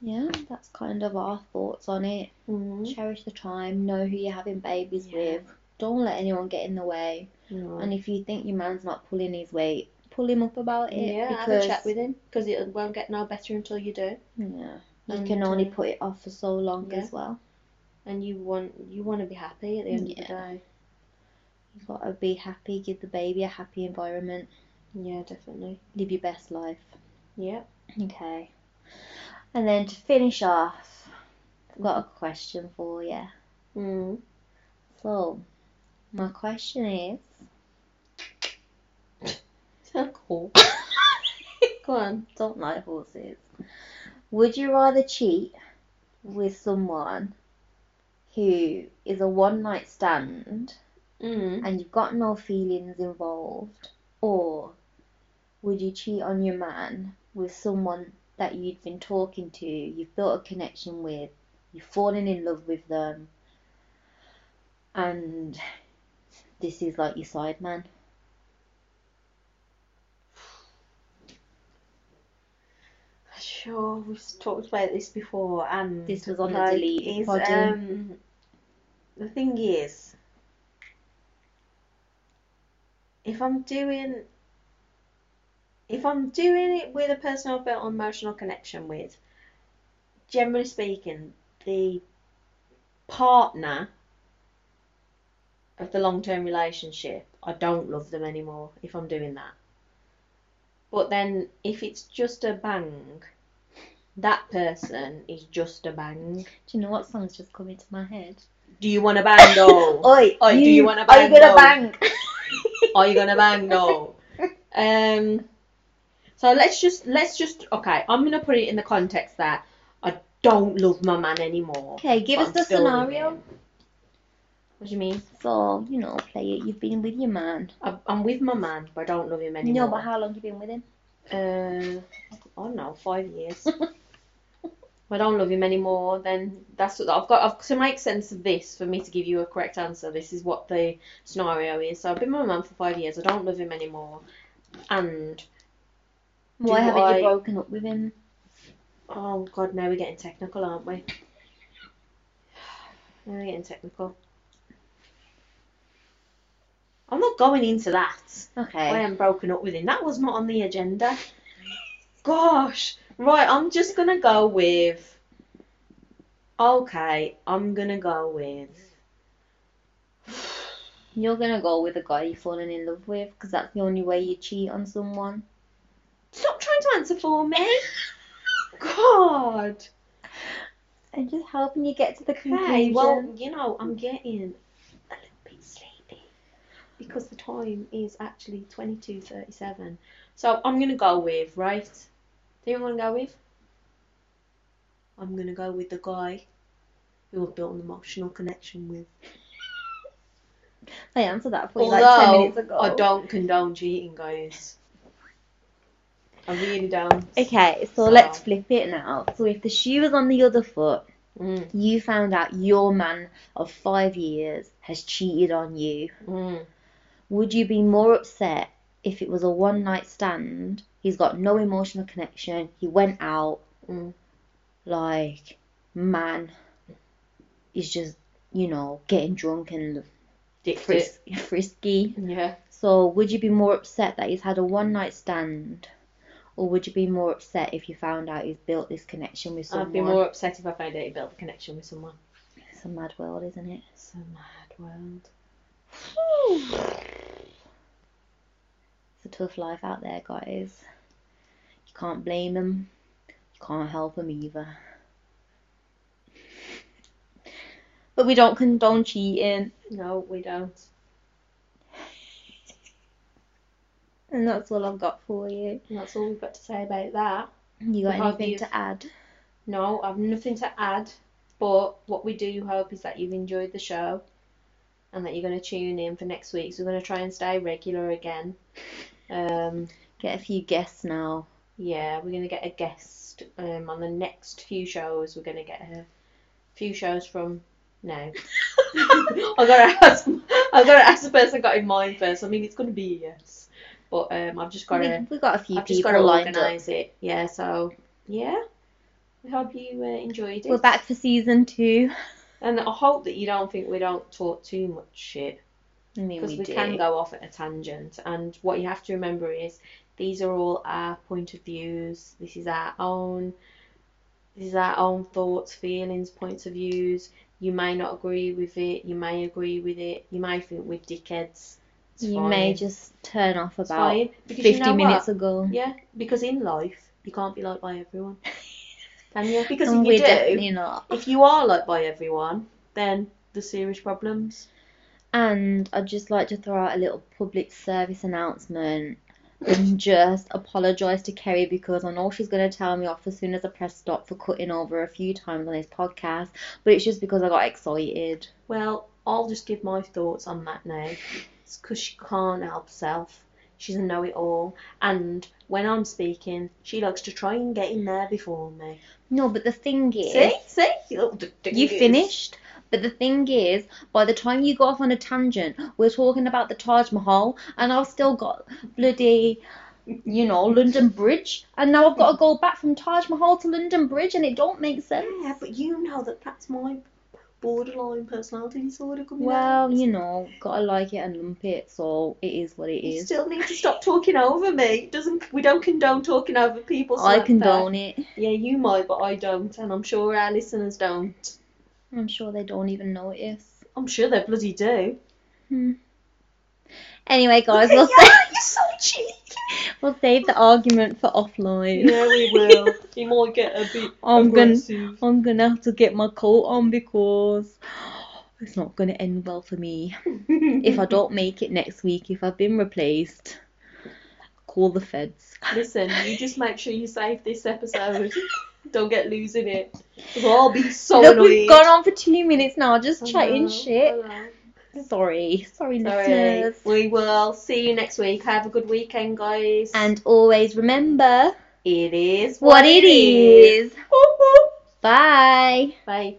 [SPEAKER 2] yeah that's kind of our thoughts on it
[SPEAKER 1] Mm-hmm.
[SPEAKER 2] cherish the time know who you're having babies
[SPEAKER 1] Yeah. Mm-hmm.
[SPEAKER 2] with don't let anyone get in the way and if you think your man's not pulling his weight pull him up about it
[SPEAKER 1] yeah, have
[SPEAKER 2] because
[SPEAKER 1] a chat with him because it won't get no better until you do.
[SPEAKER 2] Yeah, you
[SPEAKER 1] And,
[SPEAKER 2] can only
[SPEAKER 1] uh,
[SPEAKER 2] put it off for so long
[SPEAKER 1] yeah.
[SPEAKER 2] as well.
[SPEAKER 1] And you want you want to be happy at the end of the
[SPEAKER 2] Yeah.
[SPEAKER 1] day.
[SPEAKER 2] You gotta be happy, give the baby a happy environment,
[SPEAKER 1] Yeah, definitely.
[SPEAKER 2] live your best life.
[SPEAKER 1] Yeah.
[SPEAKER 2] Okay. And then to finish off, I've got a question for you.
[SPEAKER 1] Mm.
[SPEAKER 2] So, my question is,
[SPEAKER 1] cool. Go on.
[SPEAKER 2] don't like horses. Would you rather cheat with someone who is a one night stand?
[SPEAKER 1] Mm.
[SPEAKER 2] and you've got no feelings involved, or would you cheat on your man with someone that you've been talking to, you've built a connection with, you've fallen in love with them, and this is like your side man?
[SPEAKER 1] Sure, we've talked about this before, and
[SPEAKER 2] This was on the
[SPEAKER 1] like,
[SPEAKER 2] delete
[SPEAKER 1] is,
[SPEAKER 2] body.
[SPEAKER 1] um, the thing is, if I'm doing, if I'm doing it with a person I've built an emotional connection with, generally speaking, the partner of the long-term relationship, I don't love them anymore if I'm doing that. But then, if it's just a bang, that person is just a bang.
[SPEAKER 2] Do you know what song's just come into my head?
[SPEAKER 1] Do you want a bang though?
[SPEAKER 2] Oi,
[SPEAKER 1] Oh. Oi, do you wanna
[SPEAKER 2] Are you
[SPEAKER 1] bang
[SPEAKER 2] gonna
[SPEAKER 1] though?
[SPEAKER 2] bang?
[SPEAKER 1] Are you gonna bang though? Um. So let's just let's just okay. I'm gonna put it in the context that I don't love my man anymore.
[SPEAKER 2] Okay, give
[SPEAKER 1] but
[SPEAKER 2] us
[SPEAKER 1] I'm
[SPEAKER 2] the
[SPEAKER 1] still with
[SPEAKER 2] scenario.
[SPEAKER 1] him. What do you mean?
[SPEAKER 2] So, you know, play it. You've been with your man.
[SPEAKER 1] I, I'm with my man, but I don't love him anymore.
[SPEAKER 2] No, but how long you been with him?
[SPEAKER 1] Uh, I don't know, five years. I don't love him anymore. Then that's what I've got. I've, to make sense of this, for me to give you a correct answer, this is what the scenario is. So I've been with my mum for five years. I don't love him anymore, and
[SPEAKER 2] Why haven't
[SPEAKER 1] I-
[SPEAKER 2] you broken up with him?
[SPEAKER 1] oh god, now we're getting technical, aren't we? Now we're getting technical. I'm not going into that.
[SPEAKER 2] Okay.
[SPEAKER 1] I am broken up with him. That was not on the agenda. gosh. Right, I'm just gonna go with. Okay, I'm gonna go with.
[SPEAKER 2] You're gonna go with a guy you've fallen in love with because that's the only way you cheat on someone.
[SPEAKER 1] Stop trying to answer for me. God.
[SPEAKER 2] I'm just helping you get to the conclusion.
[SPEAKER 1] Okay, well, you know, I'm getting a little bit sleepy because the time is actually 22.37. So I'm going to go with, right? Do you want to go with? I'm going to go with the guy who I've built an emotional connection with.
[SPEAKER 2] I answered that for you
[SPEAKER 1] Although
[SPEAKER 2] like ten minutes ago.
[SPEAKER 1] I don't condone cheating, guys. I really don't.
[SPEAKER 2] Okay, so
[SPEAKER 1] So-
[SPEAKER 2] let's flip it now. So if the shoe was on the other foot,
[SPEAKER 1] Mm,
[SPEAKER 2] you found out your man of five years has cheated on you.
[SPEAKER 1] mm.
[SPEAKER 2] Would you be more upset if it was a one night stand? He's got no emotional connection. He went out.
[SPEAKER 1] Mm.
[SPEAKER 2] Like, man is just, you know, getting drunk and
[SPEAKER 1] Dicked it.
[SPEAKER 2] fris- frisky.
[SPEAKER 1] Yeah.
[SPEAKER 2] So, would you be more upset that he's had a one night stand? Or would you be more upset if you found out he's built this connection with someone?
[SPEAKER 1] I'd be more upset if I found out he built a connection with someone.
[SPEAKER 2] It's a mad world, isn't it?
[SPEAKER 1] It's a mad world.
[SPEAKER 2] It's a tough life out there, guys. You can't blame them. You can't help them either. But we don't condone cheating,
[SPEAKER 1] No, we don't.
[SPEAKER 2] and that's all I've got for you.
[SPEAKER 1] And that's all we've got to say about that.
[SPEAKER 2] You got
[SPEAKER 1] What have
[SPEAKER 2] anything
[SPEAKER 1] you-
[SPEAKER 2] to add?
[SPEAKER 1] No, I've nothing to add. But what we do hope is that you've enjoyed the show and that you're going to tune in for next week. So we're going to try and stay regular again. Um,
[SPEAKER 2] Get a few guests now.
[SPEAKER 1] yeah, we're going to get a guest um, on the next few shows. We're going to get a few shows from now. I've got to ask. I've got to ask the person I got in mind first. I mean, it's going to be a yes, but um, I've just got to.
[SPEAKER 2] We've got a few
[SPEAKER 1] I've just got
[SPEAKER 2] people
[SPEAKER 1] to
[SPEAKER 2] lined up.
[SPEAKER 1] organise it. Yeah, so yeah. We hope you uh, enjoyed it.
[SPEAKER 2] We're back for season two.
[SPEAKER 1] And I hope that you don't think we don't talk too much shit
[SPEAKER 2] I mean,
[SPEAKER 1] because
[SPEAKER 2] we,
[SPEAKER 1] we,
[SPEAKER 2] do.
[SPEAKER 1] can go off at a tangent. And what you have to remember is these are all our point of views. This is our own. This is our own thoughts, feelings, points of views. You may not agree with it. You may agree with it. You may think we're dickheads. It's
[SPEAKER 2] You
[SPEAKER 1] fine.
[SPEAKER 2] may just turn off
[SPEAKER 1] It's
[SPEAKER 2] about
[SPEAKER 1] fine, because you
[SPEAKER 2] 50
[SPEAKER 1] know what?
[SPEAKER 2] minutes ago.
[SPEAKER 1] Yeah, because in life you can't be liked by everyone, can you? Because
[SPEAKER 2] and
[SPEAKER 1] if
[SPEAKER 2] we're
[SPEAKER 1] you do,
[SPEAKER 2] definitely not.
[SPEAKER 1] if you are liked by everyone, then there's serious problems.
[SPEAKER 2] And I'd just like to throw out a little public service announcement and just apologise to Kerry because I know she's going to tell me off as soon as I press stop for cutting over a few times on this podcast, but it's just because I got excited.
[SPEAKER 1] Well, I'll just give my thoughts on that now. It's because she can't help herself. She's a know-it-all, and when I'm speaking, she likes to try and get in there before me.
[SPEAKER 2] No, but the thing is,
[SPEAKER 1] See, see, you little d- d-
[SPEAKER 2] you
[SPEAKER 1] d-
[SPEAKER 2] finished. But the thing is, by the time you go off on a tangent, we're talking about the Taj Mahal, and I've still got bloody, you know, London Bridge, and now I've got to go back from Taj Mahal to London Bridge, and it don't make sense.
[SPEAKER 1] Yeah, but you know that that's my borderline personality disorder coming out.
[SPEAKER 2] Well, you know, gotta like it and lump it, so it is what it
[SPEAKER 1] You
[SPEAKER 2] is.
[SPEAKER 1] still need to stop talking over me. It Doesn't we don't condone talking over people. so
[SPEAKER 2] I
[SPEAKER 1] that's fair.
[SPEAKER 2] condone it.
[SPEAKER 1] Yeah, you might, but I don't, and I'm sure our listeners don't.
[SPEAKER 2] I'm sure they don't even notice.
[SPEAKER 1] I'm sure they bloody do.
[SPEAKER 2] Anyway, guys,
[SPEAKER 1] yeah,
[SPEAKER 2] we'll save,
[SPEAKER 1] you're so cheeky.
[SPEAKER 2] we'll save the argument for offline.
[SPEAKER 1] Yeah, we will. You might get a bit
[SPEAKER 2] I'm gonna-
[SPEAKER 1] aggressive.
[SPEAKER 2] I'm gonna have to get my coat on because it's not gonna end well for me. If I don't make it next week, if I've been replaced, call the feds.
[SPEAKER 1] Listen, you just make sure you save this episode. don't get losing it. 'Cause I'll be so
[SPEAKER 2] Look,
[SPEAKER 1] annoyed.
[SPEAKER 2] we've gone on for two minutes now, just
[SPEAKER 1] I
[SPEAKER 2] chatting
[SPEAKER 1] know,
[SPEAKER 2] shit.
[SPEAKER 1] I know.
[SPEAKER 2] Sorry, sorry,
[SPEAKER 1] Sorry.
[SPEAKER 2] listeners.
[SPEAKER 1] We will see you next week. Have a good weekend, guys.
[SPEAKER 2] And always remember
[SPEAKER 1] it is
[SPEAKER 2] what it is.
[SPEAKER 1] Whoop, whoop.
[SPEAKER 2] Bye.
[SPEAKER 1] Bye.